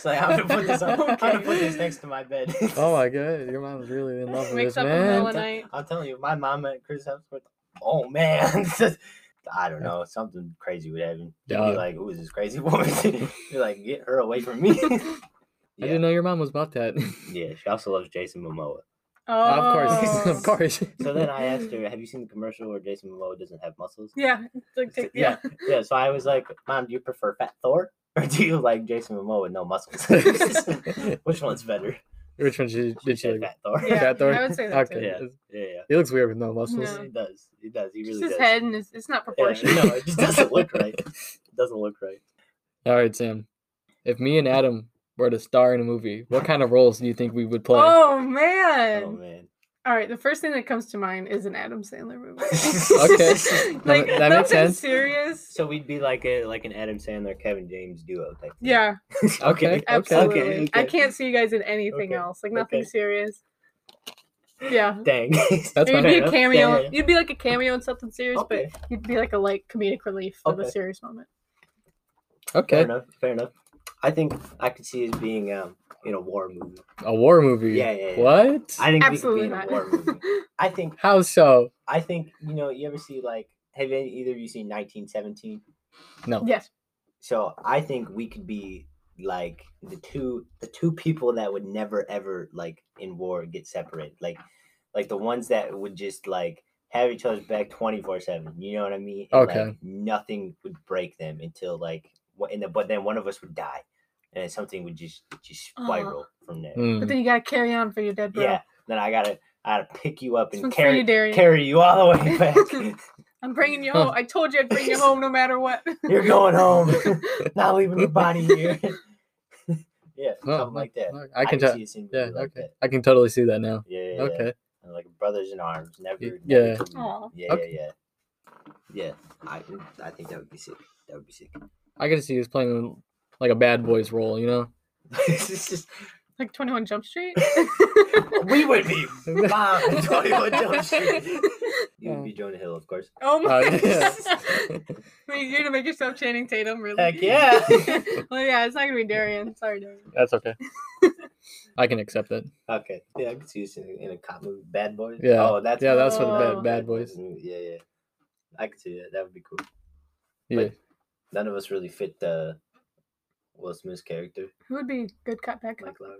Speaker 1: like, "I'm gonna put this. On, I'm gonna put this
Speaker 3: Okay.
Speaker 1: next to my bed."
Speaker 2: Oh my god, your mom's really in love with
Speaker 3: Wakes
Speaker 2: this
Speaker 3: up in the middle
Speaker 2: man.
Speaker 3: of the night.
Speaker 1: I'm telling you, my mom met Chris Hemsworth. Oh man, I don't know, something crazy would happen. You'd
Speaker 2: Dog.
Speaker 1: be like, "Who is this crazy woman?" You're like, "Get her away from me."
Speaker 2: I didn't
Speaker 1: yeah.
Speaker 2: know your mom was about that.
Speaker 1: yeah, she also loves Jason Momoa.
Speaker 3: Oh,
Speaker 2: Of course, of course.
Speaker 1: So then I asked her, "Have you seen the commercial where Jason Momoa doesn't have muscles?"
Speaker 3: Yeah. it's Like,
Speaker 1: So-
Speaker 3: take- yeah.
Speaker 1: yeah. So I was like, "Mom, do you prefer Fat Thor or do you like Jason Momoa with no muscles? Which one's better?"
Speaker 2: Which one she,
Speaker 1: She
Speaker 2: did she
Speaker 1: said
Speaker 2: like?
Speaker 1: Fat Thor.
Speaker 3: Yeah,
Speaker 2: that Thor?
Speaker 3: I would say that
Speaker 2: Okay.
Speaker 3: too.
Speaker 1: Yeah. Yeah, yeah.
Speaker 2: He looks weird with no muscles.
Speaker 3: No.
Speaker 1: It does. It does. He
Speaker 3: Just
Speaker 1: really
Speaker 3: his
Speaker 1: does.
Speaker 3: head and his, it's not
Speaker 1: Yeah,
Speaker 3: proportioned.
Speaker 1: no, it just doesn't look right. It doesn't look right.
Speaker 2: All right, Sam. If me and Adam were to star in a movie, what kind of roles do you think we would play?
Speaker 3: Oh man.
Speaker 1: Oh man.
Speaker 3: All right, the first thing that comes to mind is an Adam Sandler movie.
Speaker 1: Okay.
Speaker 2: No,
Speaker 3: like
Speaker 2: that
Speaker 3: nothing
Speaker 2: makes sense.
Speaker 3: serious.
Speaker 1: So we'd be like a like an Adam Sandler Kevin James duo type. thing.
Speaker 3: Yeah,
Speaker 2: Okay.
Speaker 3: absolutely. I
Speaker 1: okay.
Speaker 3: can't see you guys in anything
Speaker 1: Okay,
Speaker 3: else. Like nothing
Speaker 1: okay.
Speaker 3: serious. Yeah.
Speaker 1: Dang.
Speaker 2: That's
Speaker 3: You'd
Speaker 2: fine.
Speaker 3: be
Speaker 1: fair.
Speaker 3: a cameo.
Speaker 1: Yeah, yeah.
Speaker 3: You'd be like a cameo in something serious,
Speaker 1: Okay.
Speaker 3: but you'd be like a light comedic relief for the
Speaker 1: Okay.
Speaker 3: serious moment.
Speaker 1: Fair
Speaker 2: Okay.
Speaker 1: enough. Fair enough. I think I could see us being um in a war movie.
Speaker 2: A war movie.
Speaker 1: Yeah, yeah, yeah.
Speaker 2: What?
Speaker 1: I think
Speaker 3: Absolutely
Speaker 1: we could
Speaker 3: not.
Speaker 1: be in a war movie. I think
Speaker 2: How so?
Speaker 1: I think you know you ever see like have any, either of you seen 1917?
Speaker 2: No.
Speaker 3: yes.
Speaker 1: So I think we could be like the two the two people that would never ever like in war get separated. Like like the ones that would just like have each other's back 24/7. You know what I mean? And, like,
Speaker 2: Okay.
Speaker 1: nothing would break them until like wha- and the, but then one of us would die and then something would just just
Speaker 3: Aw.
Speaker 1: spiral from there.
Speaker 2: Hmm.
Speaker 3: But then you gotta carry on for your dead bro.
Speaker 1: Yeah. Then I got to I got to pick you up
Speaker 3: This
Speaker 1: and
Speaker 3: one's for you,
Speaker 1: carry
Speaker 3: Darian.
Speaker 1: carry you all the way back.
Speaker 3: I'm bringing you
Speaker 2: Huh.
Speaker 3: home. I told you I'd bring you home no matter what.
Speaker 1: You're going home. Not leaving your body here. yeah,
Speaker 2: No,
Speaker 1: something
Speaker 2: no,
Speaker 1: like that.
Speaker 2: no, I can
Speaker 1: could
Speaker 2: tell.
Speaker 1: see a scene
Speaker 2: Yeah.
Speaker 1: movie like
Speaker 2: okay.
Speaker 1: that.
Speaker 2: I can totally see that now.
Speaker 1: Yeah, yeah, yeah.
Speaker 2: Okay.
Speaker 1: And, like brothers in arms, never.
Speaker 2: Y-
Speaker 1: never
Speaker 2: yeah.
Speaker 1: to leave.
Speaker 3: Aw.
Speaker 1: Yeah,
Speaker 2: Okay.
Speaker 1: yeah, yeah, yeah. I, I think that would be sick. That would be sick.
Speaker 2: I could see he was playing like a bad boy's role, you know?
Speaker 1: It's just-
Speaker 3: like 21 Jump Street.
Speaker 1: we would be bomb. Twenty One Jump Street. You
Speaker 2: Yeah.
Speaker 1: would be Jonah Hill, of course.
Speaker 3: oh my!
Speaker 2: Uh, yeah.
Speaker 3: I mean, you're gonna make yourself Channing Tatum, really?
Speaker 1: Heck yeah.
Speaker 3: well, yeah, it's not gonna be Darian. Sorry, Darian.
Speaker 2: That's okay. I can accept that.
Speaker 1: Okay, yeah, I could see this in, in a cop movie, Bad Boys.
Speaker 2: Yeah.
Speaker 1: oh, that's
Speaker 2: Yeah, that's
Speaker 3: what Bad-
Speaker 2: Bad Boys.
Speaker 1: Yeah, yeah. I could see that. That would be cool.
Speaker 2: Yeah.
Speaker 1: Like- None of us really fit the Will Smith's character,
Speaker 3: Who would be good cut back?
Speaker 1: Mike Lowry.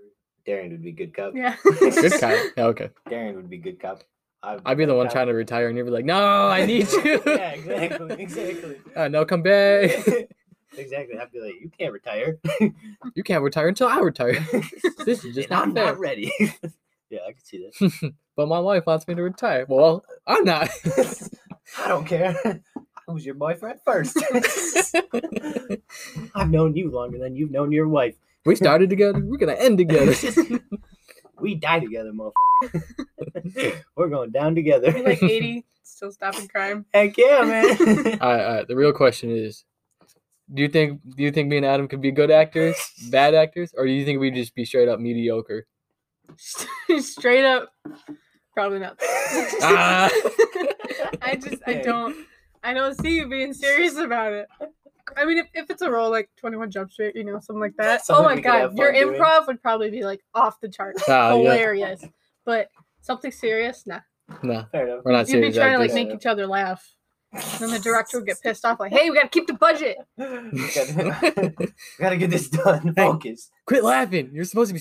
Speaker 1: Darren would be good cop.
Speaker 3: Yeah.
Speaker 2: Good guy. Yeah, okay.
Speaker 1: Darren would be good cop. I'd,
Speaker 2: I'd be the one
Speaker 1: cop.
Speaker 2: trying to retire, and you'd be like, "No, Oh, I need you."
Speaker 1: yeah, exactly, exactly.
Speaker 2: Uh, no, come back.
Speaker 1: exactly. I'd be like, you can't retire.
Speaker 2: You can't retire until I retire. This is
Speaker 1: And
Speaker 2: just not
Speaker 1: I'm
Speaker 2: fair.
Speaker 1: not ready. yeah, I can see that.
Speaker 2: but my wife wants me to retire. Well, I'm not.
Speaker 1: I don't care. I was your boyfriend first. I've known you longer than you've known your wife.
Speaker 2: we started together. We're gonna end together.
Speaker 1: we die together, motherfucker. We're going down together.
Speaker 3: You're like 80, still stopping crime.
Speaker 1: Heck yeah, man.
Speaker 2: all right, all right. The real question is, do you think do you think me and Adam could be good actors, bad actors, or do you think we'd just be straight up mediocre?
Speaker 3: Straight up, probably not.
Speaker 2: Ah.
Speaker 3: I just, I don't, I don't see you being serious about it. I mean, if, if it's a role like 21 Jump Street, you know, something like that.
Speaker 1: Something
Speaker 3: oh my
Speaker 1: we could have
Speaker 3: god, your
Speaker 1: fun doing.
Speaker 3: improv would probably be like off the charts.
Speaker 2: Ah, yeah.
Speaker 3: Hilarious. But something serious? Nah.
Speaker 2: No,
Speaker 1: Fair enough.
Speaker 2: we're not
Speaker 3: You'd be
Speaker 2: serious
Speaker 3: trying to like
Speaker 2: actors.
Speaker 3: make each other laugh. And then the director would get pissed off, like, hey, we gotta keep the budget.
Speaker 1: gotta, gotta get this done.
Speaker 2: Hey.
Speaker 1: Focus.
Speaker 2: Quit laughing. You're supposed to be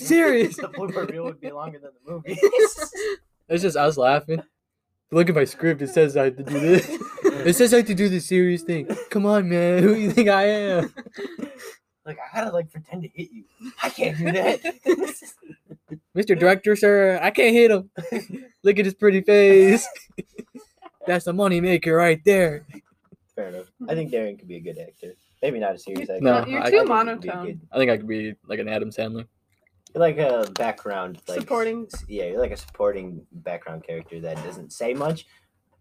Speaker 2: serious.
Speaker 1: the blooper reel would be longer than the movie.
Speaker 2: it's just us laughing. Look at my script. It says I have to do this. It says I have to do this serious thing. Come on, man. Who do you think I am?
Speaker 1: like I gotta like pretend to hit you. I can't do that.
Speaker 2: Mr. Director, sir, I can't hit him. Look at his pretty face. That's the money maker right there.
Speaker 1: Fair enough. I think Darren could be a good actor. Maybe not a serious actor.
Speaker 2: No,
Speaker 3: You're
Speaker 2: I-
Speaker 1: I
Speaker 3: too
Speaker 1: think he could be
Speaker 3: monotone.
Speaker 1: good-
Speaker 2: I think I could be like an Adam Sandler.
Speaker 1: Like a background, like
Speaker 3: Supporting.
Speaker 1: s- Yeah, you're like a supporting background character that doesn't say much,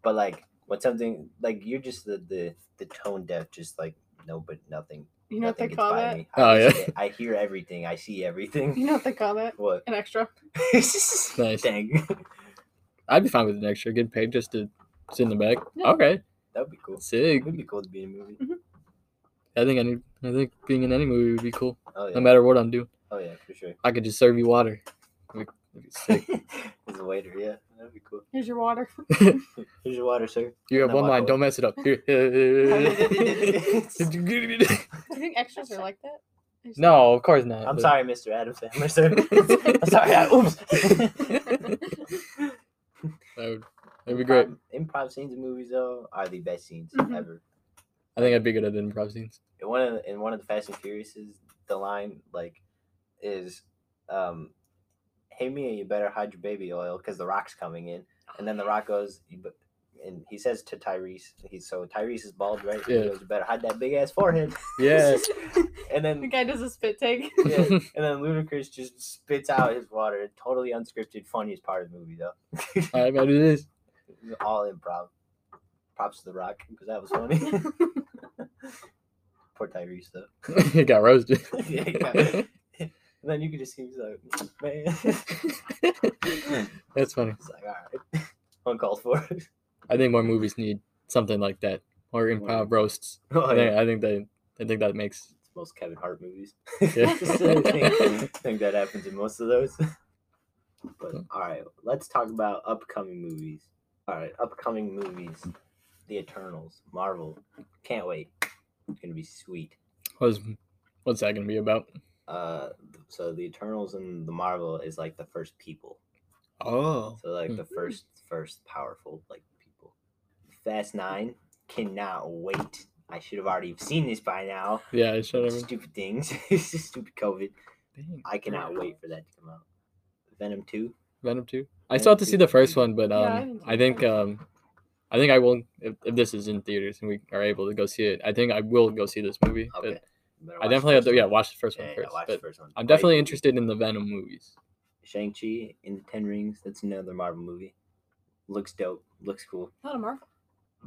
Speaker 1: but like when something like you're just the the, the tone deaf, just like no, but nothing.
Speaker 3: You know what
Speaker 1: nothing
Speaker 3: they
Speaker 1: gets
Speaker 3: call
Speaker 1: by
Speaker 3: that?
Speaker 1: me. I
Speaker 2: Oh, yeah.
Speaker 1: just- I hear everything. I see everything.
Speaker 3: You know what they call that?
Speaker 1: What?
Speaker 3: An extra.
Speaker 2: Nice.
Speaker 1: Dang,
Speaker 2: I'd be fine with an extra good pay just to sit in the back.
Speaker 3: Yeah.
Speaker 2: Okay,
Speaker 1: that'd be cool. It
Speaker 2: sick.
Speaker 1: would be cool to be in a movie.
Speaker 2: I think any, I think being in any movie would be cool,
Speaker 1: Oh
Speaker 2: no
Speaker 1: yeah.
Speaker 2: matter what I'm doing.
Speaker 1: Oh yeah, for sure.
Speaker 2: I could just serve you water. That'd be- that'd be sick.
Speaker 1: As a waiter, yeah, that'd be cool.
Speaker 3: Here's your water.
Speaker 1: Here's your water, sir.
Speaker 2: You have
Speaker 1: And then
Speaker 2: one
Speaker 1: walk
Speaker 2: line.
Speaker 1: away.
Speaker 2: Don't mess it up.
Speaker 1: I'm
Speaker 3: Do you think extras are like that? They just-
Speaker 2: no, of course not. but-
Speaker 1: sorry, Mr. Adam Sandler, sir. I'm sorry. I, oops.
Speaker 2: That would, that'd be great.
Speaker 1: Improv- Um, Improv scenes in movies though are the best scenes
Speaker 3: Mhm.
Speaker 1: ever.
Speaker 2: I think I'd be good at improv scenes.
Speaker 1: In one of the, in one of the Fast and Furiouses, the line like is, um, "Hey Mia, you better hide your baby oil because the Rock's coming in." And then the Rock goes, "You be-" and he says to Tyrese, he's so Tyrese is bald, right?
Speaker 2: Yeah.
Speaker 1: He goes, "You better hide that big ass forehead."
Speaker 2: Yeah.
Speaker 1: and
Speaker 3: The
Speaker 1: then
Speaker 3: guy does a spit take.
Speaker 1: yeah, and then Ludacris just spits out his water. Totally unscripted, funniest part of the movie though.
Speaker 2: All right, gotta do this.
Speaker 1: All improv. Props to The Rock because that was funny. Poor Tyrese though.
Speaker 2: it got roasted.
Speaker 1: Yeah, he got- And then you could just see he's like, "Mm, man, he's
Speaker 2: That's funny.
Speaker 1: like, all right, uncalled for.
Speaker 2: I think more movies need something like that, or improv roasts.
Speaker 1: oh,
Speaker 2: I think,
Speaker 1: yeah.
Speaker 2: I think that I think that makes.
Speaker 1: It's most Kevin Hart movies.
Speaker 2: Yeah.
Speaker 1: I think, think that happens in most of those. But all right, let's talk about upcoming movies. All right, upcoming movies: The Eternals, Marvel. Can't wait. It's gonna be sweet.
Speaker 2: What's what's that gonna be about?
Speaker 1: Uh, so the Eternals and the Marvel is like the first people.
Speaker 2: Oh,
Speaker 1: So like
Speaker 2: Hmm.
Speaker 1: the first first powerful like people. Fast Nine cannot wait. I should have already seen this by now.
Speaker 2: yeah. I should have.
Speaker 1: Stupid things. It's just stupid COVID.
Speaker 2: Dang.
Speaker 1: I cannot wait for that to come out. Venom Two.
Speaker 2: Venom two. I still have to see the first one, but
Speaker 3: Yeah, I
Speaker 2: um,
Speaker 3: didn't see
Speaker 2: I
Speaker 3: the
Speaker 2: think
Speaker 3: first
Speaker 2: um, I think I will if, if this is in theaters and we are able to go see it. I think I will go see this movie. but
Speaker 1: Okay. Better watch
Speaker 2: I
Speaker 1: the
Speaker 2: definitely have
Speaker 1: first
Speaker 2: to. Yeah,
Speaker 1: one.
Speaker 2: watch the first
Speaker 1: Yeah,
Speaker 2: one
Speaker 1: yeah,
Speaker 2: first.
Speaker 1: watch the
Speaker 2: but
Speaker 1: first one.
Speaker 2: I'm
Speaker 1: Great
Speaker 2: definitely
Speaker 1: movie.
Speaker 2: interested in the Venom movies.
Speaker 1: Shang Chi in the Ten Rings. That's another Marvel movie. Looks dope. Looks cool.
Speaker 3: Not a Marvel.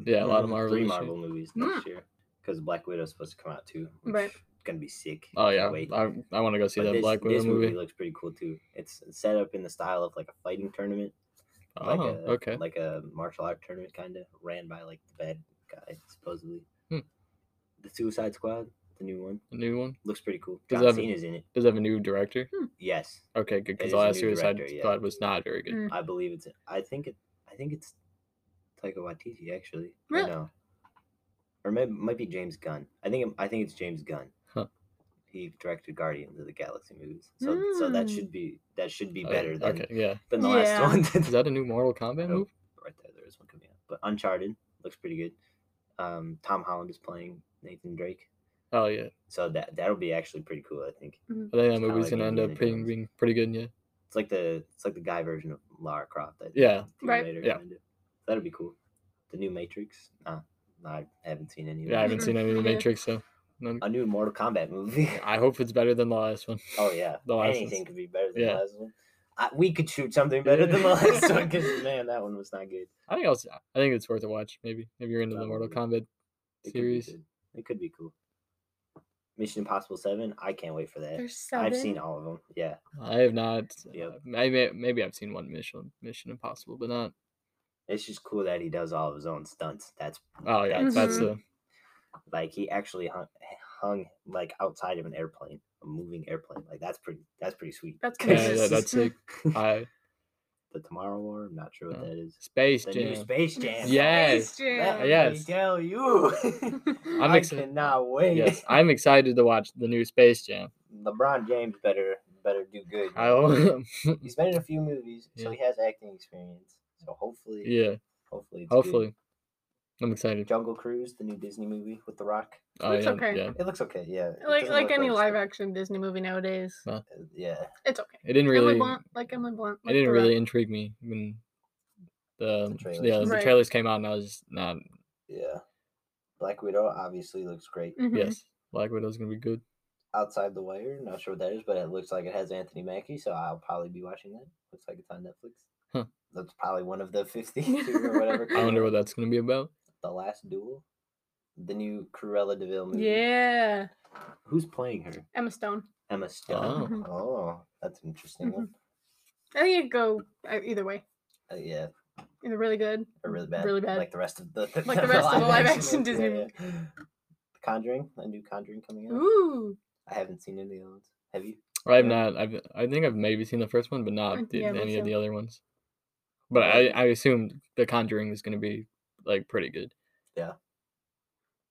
Speaker 2: Yeah, a lot of Marvel
Speaker 1: Mm-hmm. Three
Speaker 2: this
Speaker 1: Marvel movies next year because Black Widow's supposed to come out too. which
Speaker 3: Right.
Speaker 1: is Gonna be sick.
Speaker 2: Oh
Speaker 1: Can't
Speaker 2: yeah,
Speaker 1: wait.
Speaker 2: I, I want to go see
Speaker 1: But
Speaker 2: that
Speaker 1: this,
Speaker 2: Black Widow
Speaker 1: this movie.
Speaker 2: movie.
Speaker 1: looks pretty cool too. It's set up in the style of like a fighting tournament, like
Speaker 2: oh,
Speaker 1: a
Speaker 2: okay.
Speaker 1: like a martial art tournament kind of ran by like the bad guy supposedly.
Speaker 2: Hmm.
Speaker 1: The Suicide Squad, the new one,
Speaker 2: A new one.
Speaker 1: looks pretty cool.
Speaker 2: Does
Speaker 1: John
Speaker 2: that have-
Speaker 1: Cena's in it.
Speaker 2: Does it have a new director?
Speaker 1: Yes,
Speaker 2: Okay, good.
Speaker 1: It
Speaker 2: Because
Speaker 1: is a
Speaker 2: last
Speaker 1: new
Speaker 2: Suicide
Speaker 1: director, yeah.
Speaker 2: Squad was not very good.
Speaker 3: Mm.
Speaker 1: I believe it's. I think it. I think it's Taika Waititi actually. Or
Speaker 3: Really?
Speaker 1: No. Or maybe might be James Gunn. I think it, I think it's James Gunn.
Speaker 2: Huh.
Speaker 1: he directed Guardians of the Galaxy movies, so so that
Speaker 3: Mm.
Speaker 1: should be that should be
Speaker 2: Hmm. Oh,
Speaker 1: better than,
Speaker 2: okay, yeah.
Speaker 1: than the
Speaker 3: Yeah.
Speaker 1: last one.
Speaker 2: Is that a new Mortal Kombat
Speaker 1: Nope.
Speaker 2: move?
Speaker 1: right there. There is one coming out. But Uncharted looks pretty good. Um, Tom Holland is playing Nathan Drake,
Speaker 2: Oh yeah.
Speaker 1: so that that'll be actually pretty cool. I think
Speaker 2: I think that
Speaker 1: kinda
Speaker 2: movie's
Speaker 1: like
Speaker 2: gonna end
Speaker 1: Indiana
Speaker 2: up being,
Speaker 1: Jones.
Speaker 2: being pretty good. Yeah.
Speaker 1: it's like the it's like the guy version of Lara Croft. I think,
Speaker 2: Yeah.
Speaker 1: sooner or
Speaker 3: Right.
Speaker 1: later,
Speaker 2: Yeah.
Speaker 1: kinda. That'll be cool. The new Matrix. Nah, nah, I haven't seen any. of
Speaker 2: Yeah. I
Speaker 1: those.
Speaker 2: haven't seen any of the
Speaker 3: Yeah.
Speaker 2: Matrix, so none-
Speaker 1: a new Mortal Kombat movie.
Speaker 2: I hope it's better than the last one.
Speaker 1: oh yeah,
Speaker 2: The last one's-
Speaker 1: anything could be better than
Speaker 2: Yeah.
Speaker 1: the last one. I, we could shoot something better than the last one because man, that one was not good.
Speaker 2: I think I'll, s- I think it's worth a watch. Maybe if you're into the Mortal Kombat
Speaker 1: It
Speaker 2: series.
Speaker 1: Could be good. It could be cool. Mission Impossible Seven. I can't wait for that.
Speaker 3: There's seven.
Speaker 1: I've seen all of them. Yeah.
Speaker 2: I have not.
Speaker 1: Yep.
Speaker 2: uh, I may, maybe I've seen one Mission Mission Impossible, but not.
Speaker 1: It's just cool that he does all of his own stunts. That's
Speaker 2: Oh yeah,
Speaker 1: That's-
Speaker 2: that's
Speaker 3: Mhm.
Speaker 2: the
Speaker 1: like he actually hung, hung like outside of an airplane, a moving airplane. Like that's pretty. That's pretty sweet.
Speaker 3: That's
Speaker 1: It's
Speaker 2: yeah, yeah,
Speaker 1: just
Speaker 2: that's uh,
Speaker 3: it.
Speaker 2: sick. I
Speaker 1: the Tomorrow War. I'm not sure what
Speaker 2: Yeah.
Speaker 1: that is.
Speaker 2: Space
Speaker 1: The new
Speaker 2: Jam.
Speaker 1: Space Jam.
Speaker 2: Yes.
Speaker 1: Let
Speaker 2: Yes.
Speaker 1: me tell you.
Speaker 2: I'm
Speaker 1: I
Speaker 2: exci-
Speaker 1: cannot wait.
Speaker 2: Yes, I'm excited to watch the new Space Jam.
Speaker 1: LeBron James better better do good.
Speaker 2: I
Speaker 1: man.
Speaker 2: will-
Speaker 1: He's been in a few movies, so
Speaker 2: Yeah.
Speaker 1: he has acting experience. So hopefully,
Speaker 2: yeah,
Speaker 1: hopefully, it's good.
Speaker 2: hopefully. I'm excited.
Speaker 1: Jungle Cruise, the new Disney movie with The Rock.
Speaker 2: Oh,
Speaker 3: It's
Speaker 2: yeah,
Speaker 3: okay.
Speaker 2: yeah.
Speaker 1: It looks okay, yeah. it
Speaker 3: Like
Speaker 1: doesn't
Speaker 3: like
Speaker 1: look
Speaker 3: any
Speaker 1: it's
Speaker 3: live
Speaker 1: the-
Speaker 3: action Disney movie nowadays.
Speaker 1: uh, Yeah,
Speaker 3: It's okay.
Speaker 2: It didn't
Speaker 3: Emily
Speaker 2: really.
Speaker 3: Blunt, like Emily Blunt.
Speaker 2: It
Speaker 3: like
Speaker 2: didn't
Speaker 3: The Rock.
Speaker 2: really intrigue me when the, um,
Speaker 1: The trailers.
Speaker 2: yeah the
Speaker 3: Right. Mm-hmm.
Speaker 2: trailers came out, and I was just not.
Speaker 1: yeah. Black Widow obviously looks great.
Speaker 3: Mhm.
Speaker 2: Yes, Black Widow's gonna be good.
Speaker 1: Outside the Wire, not sure what that is, but it looks like it has Anthony Mackie, so I'll probably be watching that. Looks like it's on Netflix.
Speaker 2: Huh.
Speaker 1: That's probably one of the 52 or whatever.
Speaker 2: I
Speaker 1: came
Speaker 2: wonder
Speaker 1: out.
Speaker 2: what that's gonna be about.
Speaker 1: The Last Duel, the new Cruella Deville movie.
Speaker 3: Yeah.
Speaker 1: Who's playing her?
Speaker 3: Emma Stone.
Speaker 1: Emma Stone.
Speaker 3: Mhm.
Speaker 1: Oh, that's an interesting
Speaker 3: Mhm.
Speaker 1: one.
Speaker 3: I think it'd go uh, either way.
Speaker 1: Uh, yeah,
Speaker 3: Either really good.
Speaker 1: or really bad.
Speaker 3: Really bad.
Speaker 1: Like the rest of the
Speaker 3: Like the rest of the live action
Speaker 1: movies.
Speaker 3: Disney
Speaker 1: The Conjuring, a new Conjuring coming out.
Speaker 3: Ooh.
Speaker 1: I haven't seen any of those. Have you?
Speaker 2: Or I've
Speaker 1: Yeah.
Speaker 2: not. I've I think I've maybe seen the first one, but not
Speaker 3: think
Speaker 2: the,
Speaker 3: I have
Speaker 2: any of
Speaker 3: also.
Speaker 2: the other ones. But I I assumed the Conjuring is gonna be like pretty good.
Speaker 1: Yeah.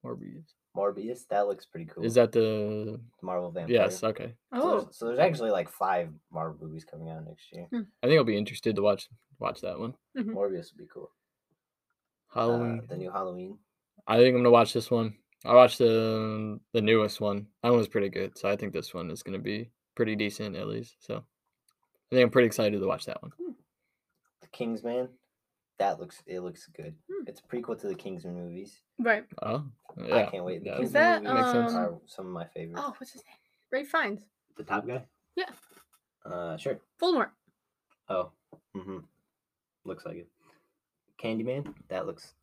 Speaker 2: Morbius.
Speaker 1: Morbius, that looks pretty cool.
Speaker 2: Is that the
Speaker 1: Marvel Vampire?
Speaker 2: yes? Okay.
Speaker 1: So
Speaker 3: Oh.
Speaker 1: there's, so there's actually like five Marvel movies coming out next year.
Speaker 2: I think I'll be interested to watch watch that one.
Speaker 3: Mhm.
Speaker 1: Morbius would be cool. Uh,
Speaker 2: Halloween.
Speaker 1: the new Halloween.
Speaker 2: I think I'm gonna watch this one. I watched the the newest one. That one was pretty good, so I think this one is gonna be pretty decent at least. So I think I'm pretty excited to watch that one.
Speaker 1: The Kingsman. That looks it looks good.
Speaker 3: Hmm.
Speaker 1: It's a prequel to the Kingsman movies.
Speaker 3: Right.
Speaker 2: Oh, yeah.
Speaker 1: I can't wait. The
Speaker 2: yeah.
Speaker 1: Kingsman
Speaker 3: Is that, um,
Speaker 1: movies
Speaker 2: Makes sense.
Speaker 1: are some of my favorites.
Speaker 3: Oh, what's his name? Ray Fiennes.
Speaker 1: The top guy?
Speaker 3: Yeah.
Speaker 1: Uh sure.
Speaker 3: Voldemort.
Speaker 1: Oh. Mm-hmm. Looks like it. Candyman? That looks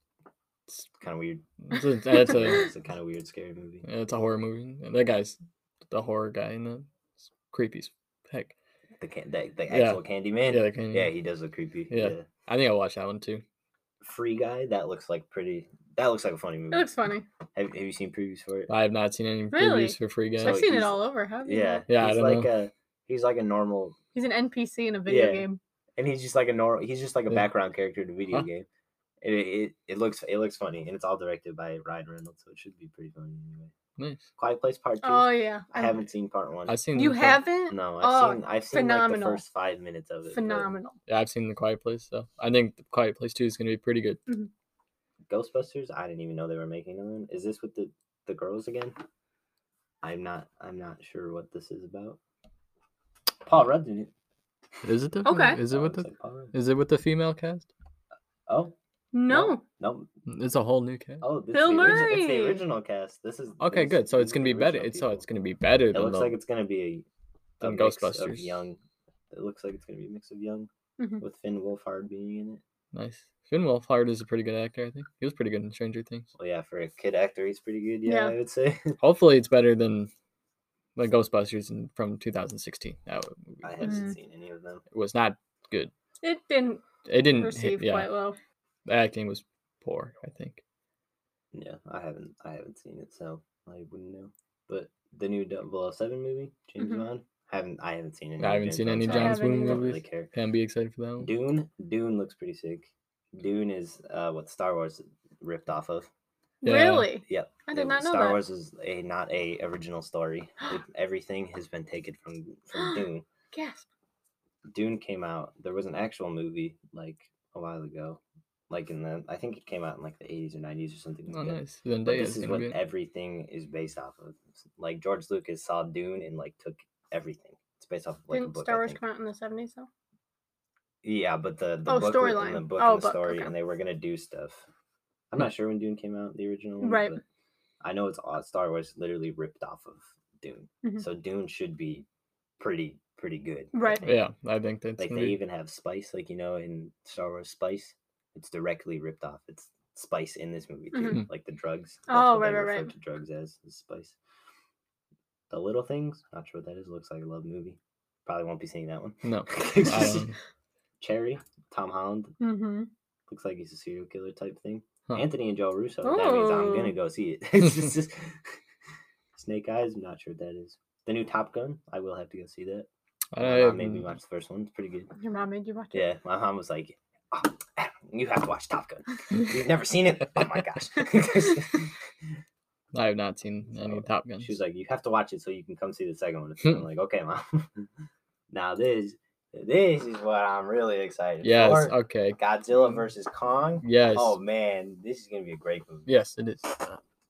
Speaker 2: It's-
Speaker 1: kind of weird.
Speaker 2: It's a, that's a yeah,
Speaker 1: it's a kind of weird, scary movie.
Speaker 2: it's a horror movie. and That guy's the horror guy in that. It's creepy as heck.
Speaker 1: The can- the, the
Speaker 2: Yeah.
Speaker 1: actual Candyman?
Speaker 2: Yeah, that can,
Speaker 1: yeah, he does look creepy.
Speaker 2: Yeah. I think I'll watch that one too.
Speaker 1: Free Guy? That looks like pretty. That looks like a funny movie.
Speaker 3: It looks funny.
Speaker 1: Have, have you seen previews for it?
Speaker 2: I have not seen any reviews
Speaker 3: Really?
Speaker 2: for Free Guy.
Speaker 1: So
Speaker 3: I've seen it
Speaker 1: Oh, he's-
Speaker 3: all over, haven't you?
Speaker 1: Yeah,
Speaker 2: Yeah, I
Speaker 1: He's
Speaker 2: don't
Speaker 1: like
Speaker 2: know.
Speaker 1: a he's like a normal,
Speaker 3: He's an NPC in a video
Speaker 1: Yeah.
Speaker 3: game.
Speaker 1: and he's just like a normal. He's just like a
Speaker 2: Yeah.
Speaker 1: background character in a video
Speaker 2: Huh.
Speaker 1: game. And it, it it looks it looks funny, and it's all directed by Ryan Reynolds, so it should be pretty funny anyway.
Speaker 2: nice.
Speaker 1: Quiet Place Part Two.
Speaker 3: Oh yeah.
Speaker 1: I haven't seen Part One.
Speaker 2: I've seen
Speaker 3: You
Speaker 2: the-
Speaker 3: haven't?
Speaker 1: no,
Speaker 3: oh,
Speaker 1: I've seen I've seen like the
Speaker 3: phenomenal.
Speaker 1: first five minutes of it. but
Speaker 3: Phenomenal.
Speaker 2: Yeah, I've seen the Quiet Place. So I think the Quiet Place Two is gonna be pretty good.
Speaker 1: Ghostbusters. I didn't even know they were making another one. Is this with the the girls again? I'm not I'm not sure what this is about. Paul Rudd's in it.
Speaker 2: Is it the
Speaker 3: Okay.
Speaker 2: Is it
Speaker 1: Oh,
Speaker 2: with
Speaker 1: looks
Speaker 2: the
Speaker 1: like Paul Rudd.
Speaker 2: Is it with the female cast?
Speaker 1: Oh
Speaker 3: No.
Speaker 1: no!
Speaker 2: It's a whole new cast.
Speaker 1: Oh, this
Speaker 3: Bill
Speaker 1: the origi- it's
Speaker 3: Murray.
Speaker 1: the original cast. This is
Speaker 2: Okay,
Speaker 1: these-
Speaker 2: good. So
Speaker 1: these
Speaker 2: it's
Speaker 1: are
Speaker 2: gonna
Speaker 1: the
Speaker 2: be better.
Speaker 1: original
Speaker 2: It's, so
Speaker 1: people.
Speaker 2: it's gonna be better
Speaker 1: It
Speaker 2: than
Speaker 1: looks
Speaker 2: the,
Speaker 1: like it's gonna be a, a
Speaker 2: than
Speaker 1: mix of
Speaker 2: Ghostbusters.
Speaker 1: young. It looks like it's gonna be a mix of young
Speaker 3: Mhm.
Speaker 1: with Finn Wolfhard being in it.
Speaker 2: nice. Finn Wolfhard is a pretty good actor. I think he was pretty good in Stranger Things.
Speaker 1: Well, yeah, for a kid actor, he's pretty good. Yeah,
Speaker 3: Yeah.
Speaker 1: I would say.
Speaker 2: Hopefully, it's better than the Ghostbusters in, from 2016. That w- movie
Speaker 1: I
Speaker 2: was,
Speaker 3: Mm-hmm.
Speaker 1: haven't seen any of them.
Speaker 2: was not.
Speaker 3: It didn't
Speaker 2: It didn't. Hit,
Speaker 3: receive
Speaker 2: yeah,
Speaker 3: quite well.
Speaker 2: the acting was poor. I think.
Speaker 1: Yeah, I haven't. I haven't seen it, so I wouldn't know. But the new 007 movie, James
Speaker 3: Mhm.
Speaker 1: Bond. Haven't I haven't seen any.
Speaker 2: Mm-hmm. I
Speaker 1: of
Speaker 2: haven't
Speaker 1: James
Speaker 2: seen
Speaker 1: Bond,
Speaker 2: any
Speaker 1: so
Speaker 2: James
Speaker 3: I haven't
Speaker 2: Bond
Speaker 1: I don't
Speaker 2: movies.
Speaker 1: really care.
Speaker 2: Can be excited for that one.
Speaker 1: Dune. Dune looks pretty sick. Dune is uh, what Star Wars ripped off of.
Speaker 2: Yeah.
Speaker 3: Really?
Speaker 1: Yep.
Speaker 3: I did not know
Speaker 1: Star
Speaker 3: that.
Speaker 1: Wars is a not a original story. It- everything has been taken from from Dune.
Speaker 3: Gasp.
Speaker 1: Dune came out. There was an actual movie like a while ago, like in the I think it came out in like the eighties or nineties or something.
Speaker 2: Oh,
Speaker 1: good.
Speaker 2: nice.
Speaker 1: But
Speaker 2: Zendaya
Speaker 1: this
Speaker 2: is
Speaker 1: is
Speaker 2: gonna
Speaker 1: what
Speaker 2: be.
Speaker 1: everything is based off of. Like George Lucas saw Dune and like took everything. It's based off of like a
Speaker 3: Didn't
Speaker 1: book.
Speaker 3: Star
Speaker 1: I
Speaker 3: Wars
Speaker 1: think.
Speaker 3: come out in the 70s though?
Speaker 1: Yeah, but the the
Speaker 3: Oh,
Speaker 1: book
Speaker 3: storyline.
Speaker 1: and the book
Speaker 3: Oh,
Speaker 1: and the
Speaker 3: book,
Speaker 1: story,
Speaker 3: okay. Hmm.
Speaker 1: and they were gonna do stuff. I'm not sure when Dune came out, the original. one,
Speaker 3: Right.
Speaker 1: but I know it's all Star Wars literally ripped off of Dune,
Speaker 3: Mhm.
Speaker 1: so Dune should be pretty pretty good. I
Speaker 3: Right.
Speaker 1: think.
Speaker 2: Yeah, I think that's
Speaker 1: Like
Speaker 2: gonna
Speaker 1: they
Speaker 2: be.
Speaker 1: even have spice, like you know in Star Wars spice, it's directly ripped off. It's spice in this movie too,
Speaker 2: Mhm.
Speaker 1: like the drugs.
Speaker 3: Oh,
Speaker 1: what they
Speaker 3: right, right,
Speaker 1: refer
Speaker 3: right.
Speaker 1: To drugs as is spice. The little things, not sure what that is. Looks like a love movie. Probably won't be seeing that one.
Speaker 2: No. I
Speaker 1: Just-
Speaker 2: don't-
Speaker 1: Cherry, Tom Holland,
Speaker 3: Mm-hmm.
Speaker 1: looks like he's a serial killer type thing.
Speaker 2: Huh. Oh.
Speaker 1: Anthony and Joe Russo. That means I'm gonna
Speaker 3: Ooh.
Speaker 1: go see it. It's just- just- Snake Eyes. I'm not sure what that is. The new Top Gun. I will have to go see that. My
Speaker 2: I-
Speaker 1: mom made me watch the first one. It's pretty good.
Speaker 3: Your mom made you watch it.
Speaker 1: Yeah, my mom was like, "Oh, Adam, "You have to watch Top Gun. You've never seen it? Oh my gosh!"
Speaker 2: I have not seen any
Speaker 1: So,
Speaker 2: Top Guns.
Speaker 1: she was like, "You have to watch it so you can come see the second one."
Speaker 2: Hmm.
Speaker 1: I'm like, "Okay, mom." now this, this is what I'm really excited
Speaker 2: yes.
Speaker 1: for.
Speaker 2: Okay.
Speaker 1: Godzilla versus Kong.
Speaker 2: Yes.
Speaker 1: Oh man, this is gonna be a great movie.
Speaker 2: Yes, it is.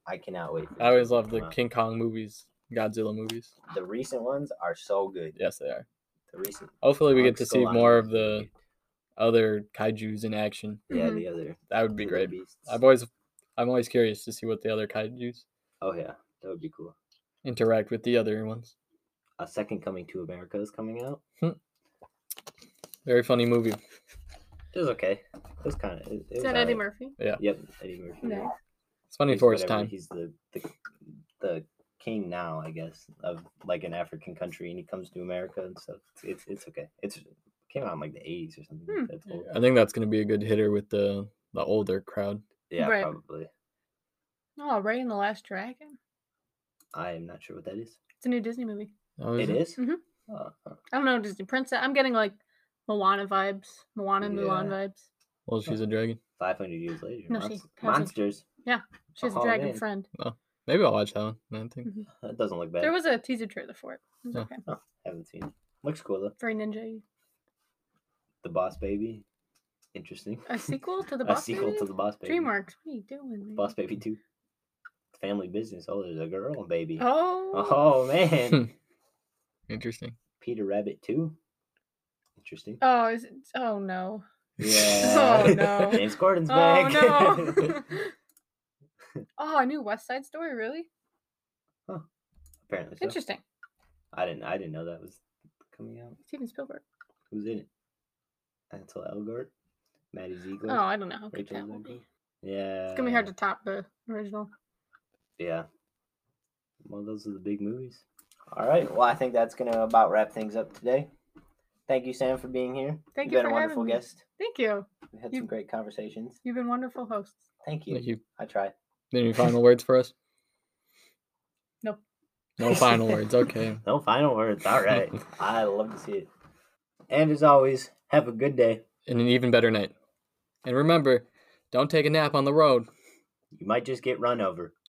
Speaker 1: I cannot wait. For
Speaker 2: I always
Speaker 1: love
Speaker 2: love the King Kong movies, Godzilla movies.
Speaker 1: The recent ones are so good.
Speaker 2: Yes, they are.
Speaker 1: The recent.
Speaker 2: Hopefully, we
Speaker 1: I'm
Speaker 2: get to
Speaker 1: still
Speaker 2: see
Speaker 1: on
Speaker 2: more
Speaker 1: it.
Speaker 2: of the other kaiju's in action.
Speaker 1: Yeah,
Speaker 3: Mhm.
Speaker 1: the other.
Speaker 2: That would be
Speaker 1: the other
Speaker 2: great.
Speaker 1: beasts.
Speaker 2: I've always, I'm always curious to see what the other kaiju's
Speaker 1: Oh yeah, that would be cool.
Speaker 2: interact with the other ones.
Speaker 1: A second coming to America is coming out.
Speaker 2: Very funny movie.
Speaker 1: It was okay. It was kind of. It, it
Speaker 3: Is
Speaker 1: was
Speaker 3: that Eddie
Speaker 1: alright.
Speaker 3: Murphy?
Speaker 1: Yep, Eddie Murphy.
Speaker 3: No.
Speaker 1: yeah.
Speaker 2: It's funny
Speaker 1: He's
Speaker 2: for its
Speaker 1: whatever-
Speaker 2: time.
Speaker 1: He's the, the the king now, I guess, of like an African country, and he comes to America and stuff. It's it's, it's okay. It's came out in like the eighties or something.
Speaker 3: Hmm.
Speaker 1: like That's old.
Speaker 2: I think that's going to be a good hitter with the the older crowd.
Speaker 1: Yeah,
Speaker 3: Right.
Speaker 1: probably.
Speaker 3: Oh, Ray and the Last Dragon.
Speaker 1: I am not sure what that is.
Speaker 3: It's a new Disney movie.
Speaker 2: Oh,
Speaker 1: It is.
Speaker 3: Mhm.
Speaker 1: Oh, oh,
Speaker 3: I don't know Disney Princess. I'm getting like Moana vibes, Moana and Mulan
Speaker 1: Yeah.
Speaker 3: vibes.
Speaker 2: Well, she's a dragon.
Speaker 1: 500 years later.
Speaker 3: No, she
Speaker 1: monst-
Speaker 3: has a-
Speaker 1: monsters.
Speaker 3: She has a
Speaker 1: Oh,
Speaker 3: dragon
Speaker 1: man.
Speaker 3: friend.
Speaker 2: Maybe I'll watch that one. I think.
Speaker 1: That doesn't look bad.
Speaker 3: There was a teaser trailer for it. It was
Speaker 2: Yeah.
Speaker 3: okay.
Speaker 1: Haven't seen it. Looks cool though.
Speaker 3: Very ninja.
Speaker 1: The Boss Baby. Interesting.
Speaker 3: A sequel to the
Speaker 1: a
Speaker 3: Boss
Speaker 1: sequel
Speaker 3: Baby?
Speaker 1: to the Boss Baby.
Speaker 3: DreamWorks. What are you doing? man?
Speaker 1: Boss Baby 2. Family business. Oh, there's a girl and baby.
Speaker 3: Oh.
Speaker 1: Oh, man.
Speaker 2: Interesting.
Speaker 1: Peter Rabbit 2. Interesting.
Speaker 3: Oh, is it? Oh no.
Speaker 1: Yeah.
Speaker 3: Oh no.
Speaker 1: James Corden's
Speaker 3: Oh
Speaker 1: back.
Speaker 3: no. oh, I knew West Side Story. Really
Speaker 1: Apparently so.
Speaker 3: interesting.
Speaker 1: I didn't I didn't know that was coming out.
Speaker 3: Steven Spielberg.
Speaker 1: Who's in it? Ansel Elgort? Maddie Ziegler?
Speaker 3: Oh, I don't know how good
Speaker 1: Rachel
Speaker 3: that will
Speaker 1: Zegler?
Speaker 3: be.
Speaker 1: Yeah.
Speaker 3: It's gonna be hard to top the original.
Speaker 1: Yeah. Well, those are the big movies. All right. Well, I think that's going to about wrap things up today. Thank you, Sam, for being here.
Speaker 3: Thank
Speaker 1: You've
Speaker 3: you
Speaker 1: been a
Speaker 3: for
Speaker 1: wonderful
Speaker 3: having me.
Speaker 1: guest.
Speaker 3: Thank you.
Speaker 1: We had
Speaker 3: You-
Speaker 1: some great conversations.
Speaker 3: You've been wonderful hosts.
Speaker 1: Thank you.
Speaker 2: Thank you.
Speaker 1: I try.
Speaker 2: Any final words for us?
Speaker 3: No.
Speaker 2: No final words. Okay.
Speaker 1: No final words. All right. I love to see it. And as always, have a good day.
Speaker 2: And an even better night. And remember, don't take a nap on the road.
Speaker 1: You might just get run over.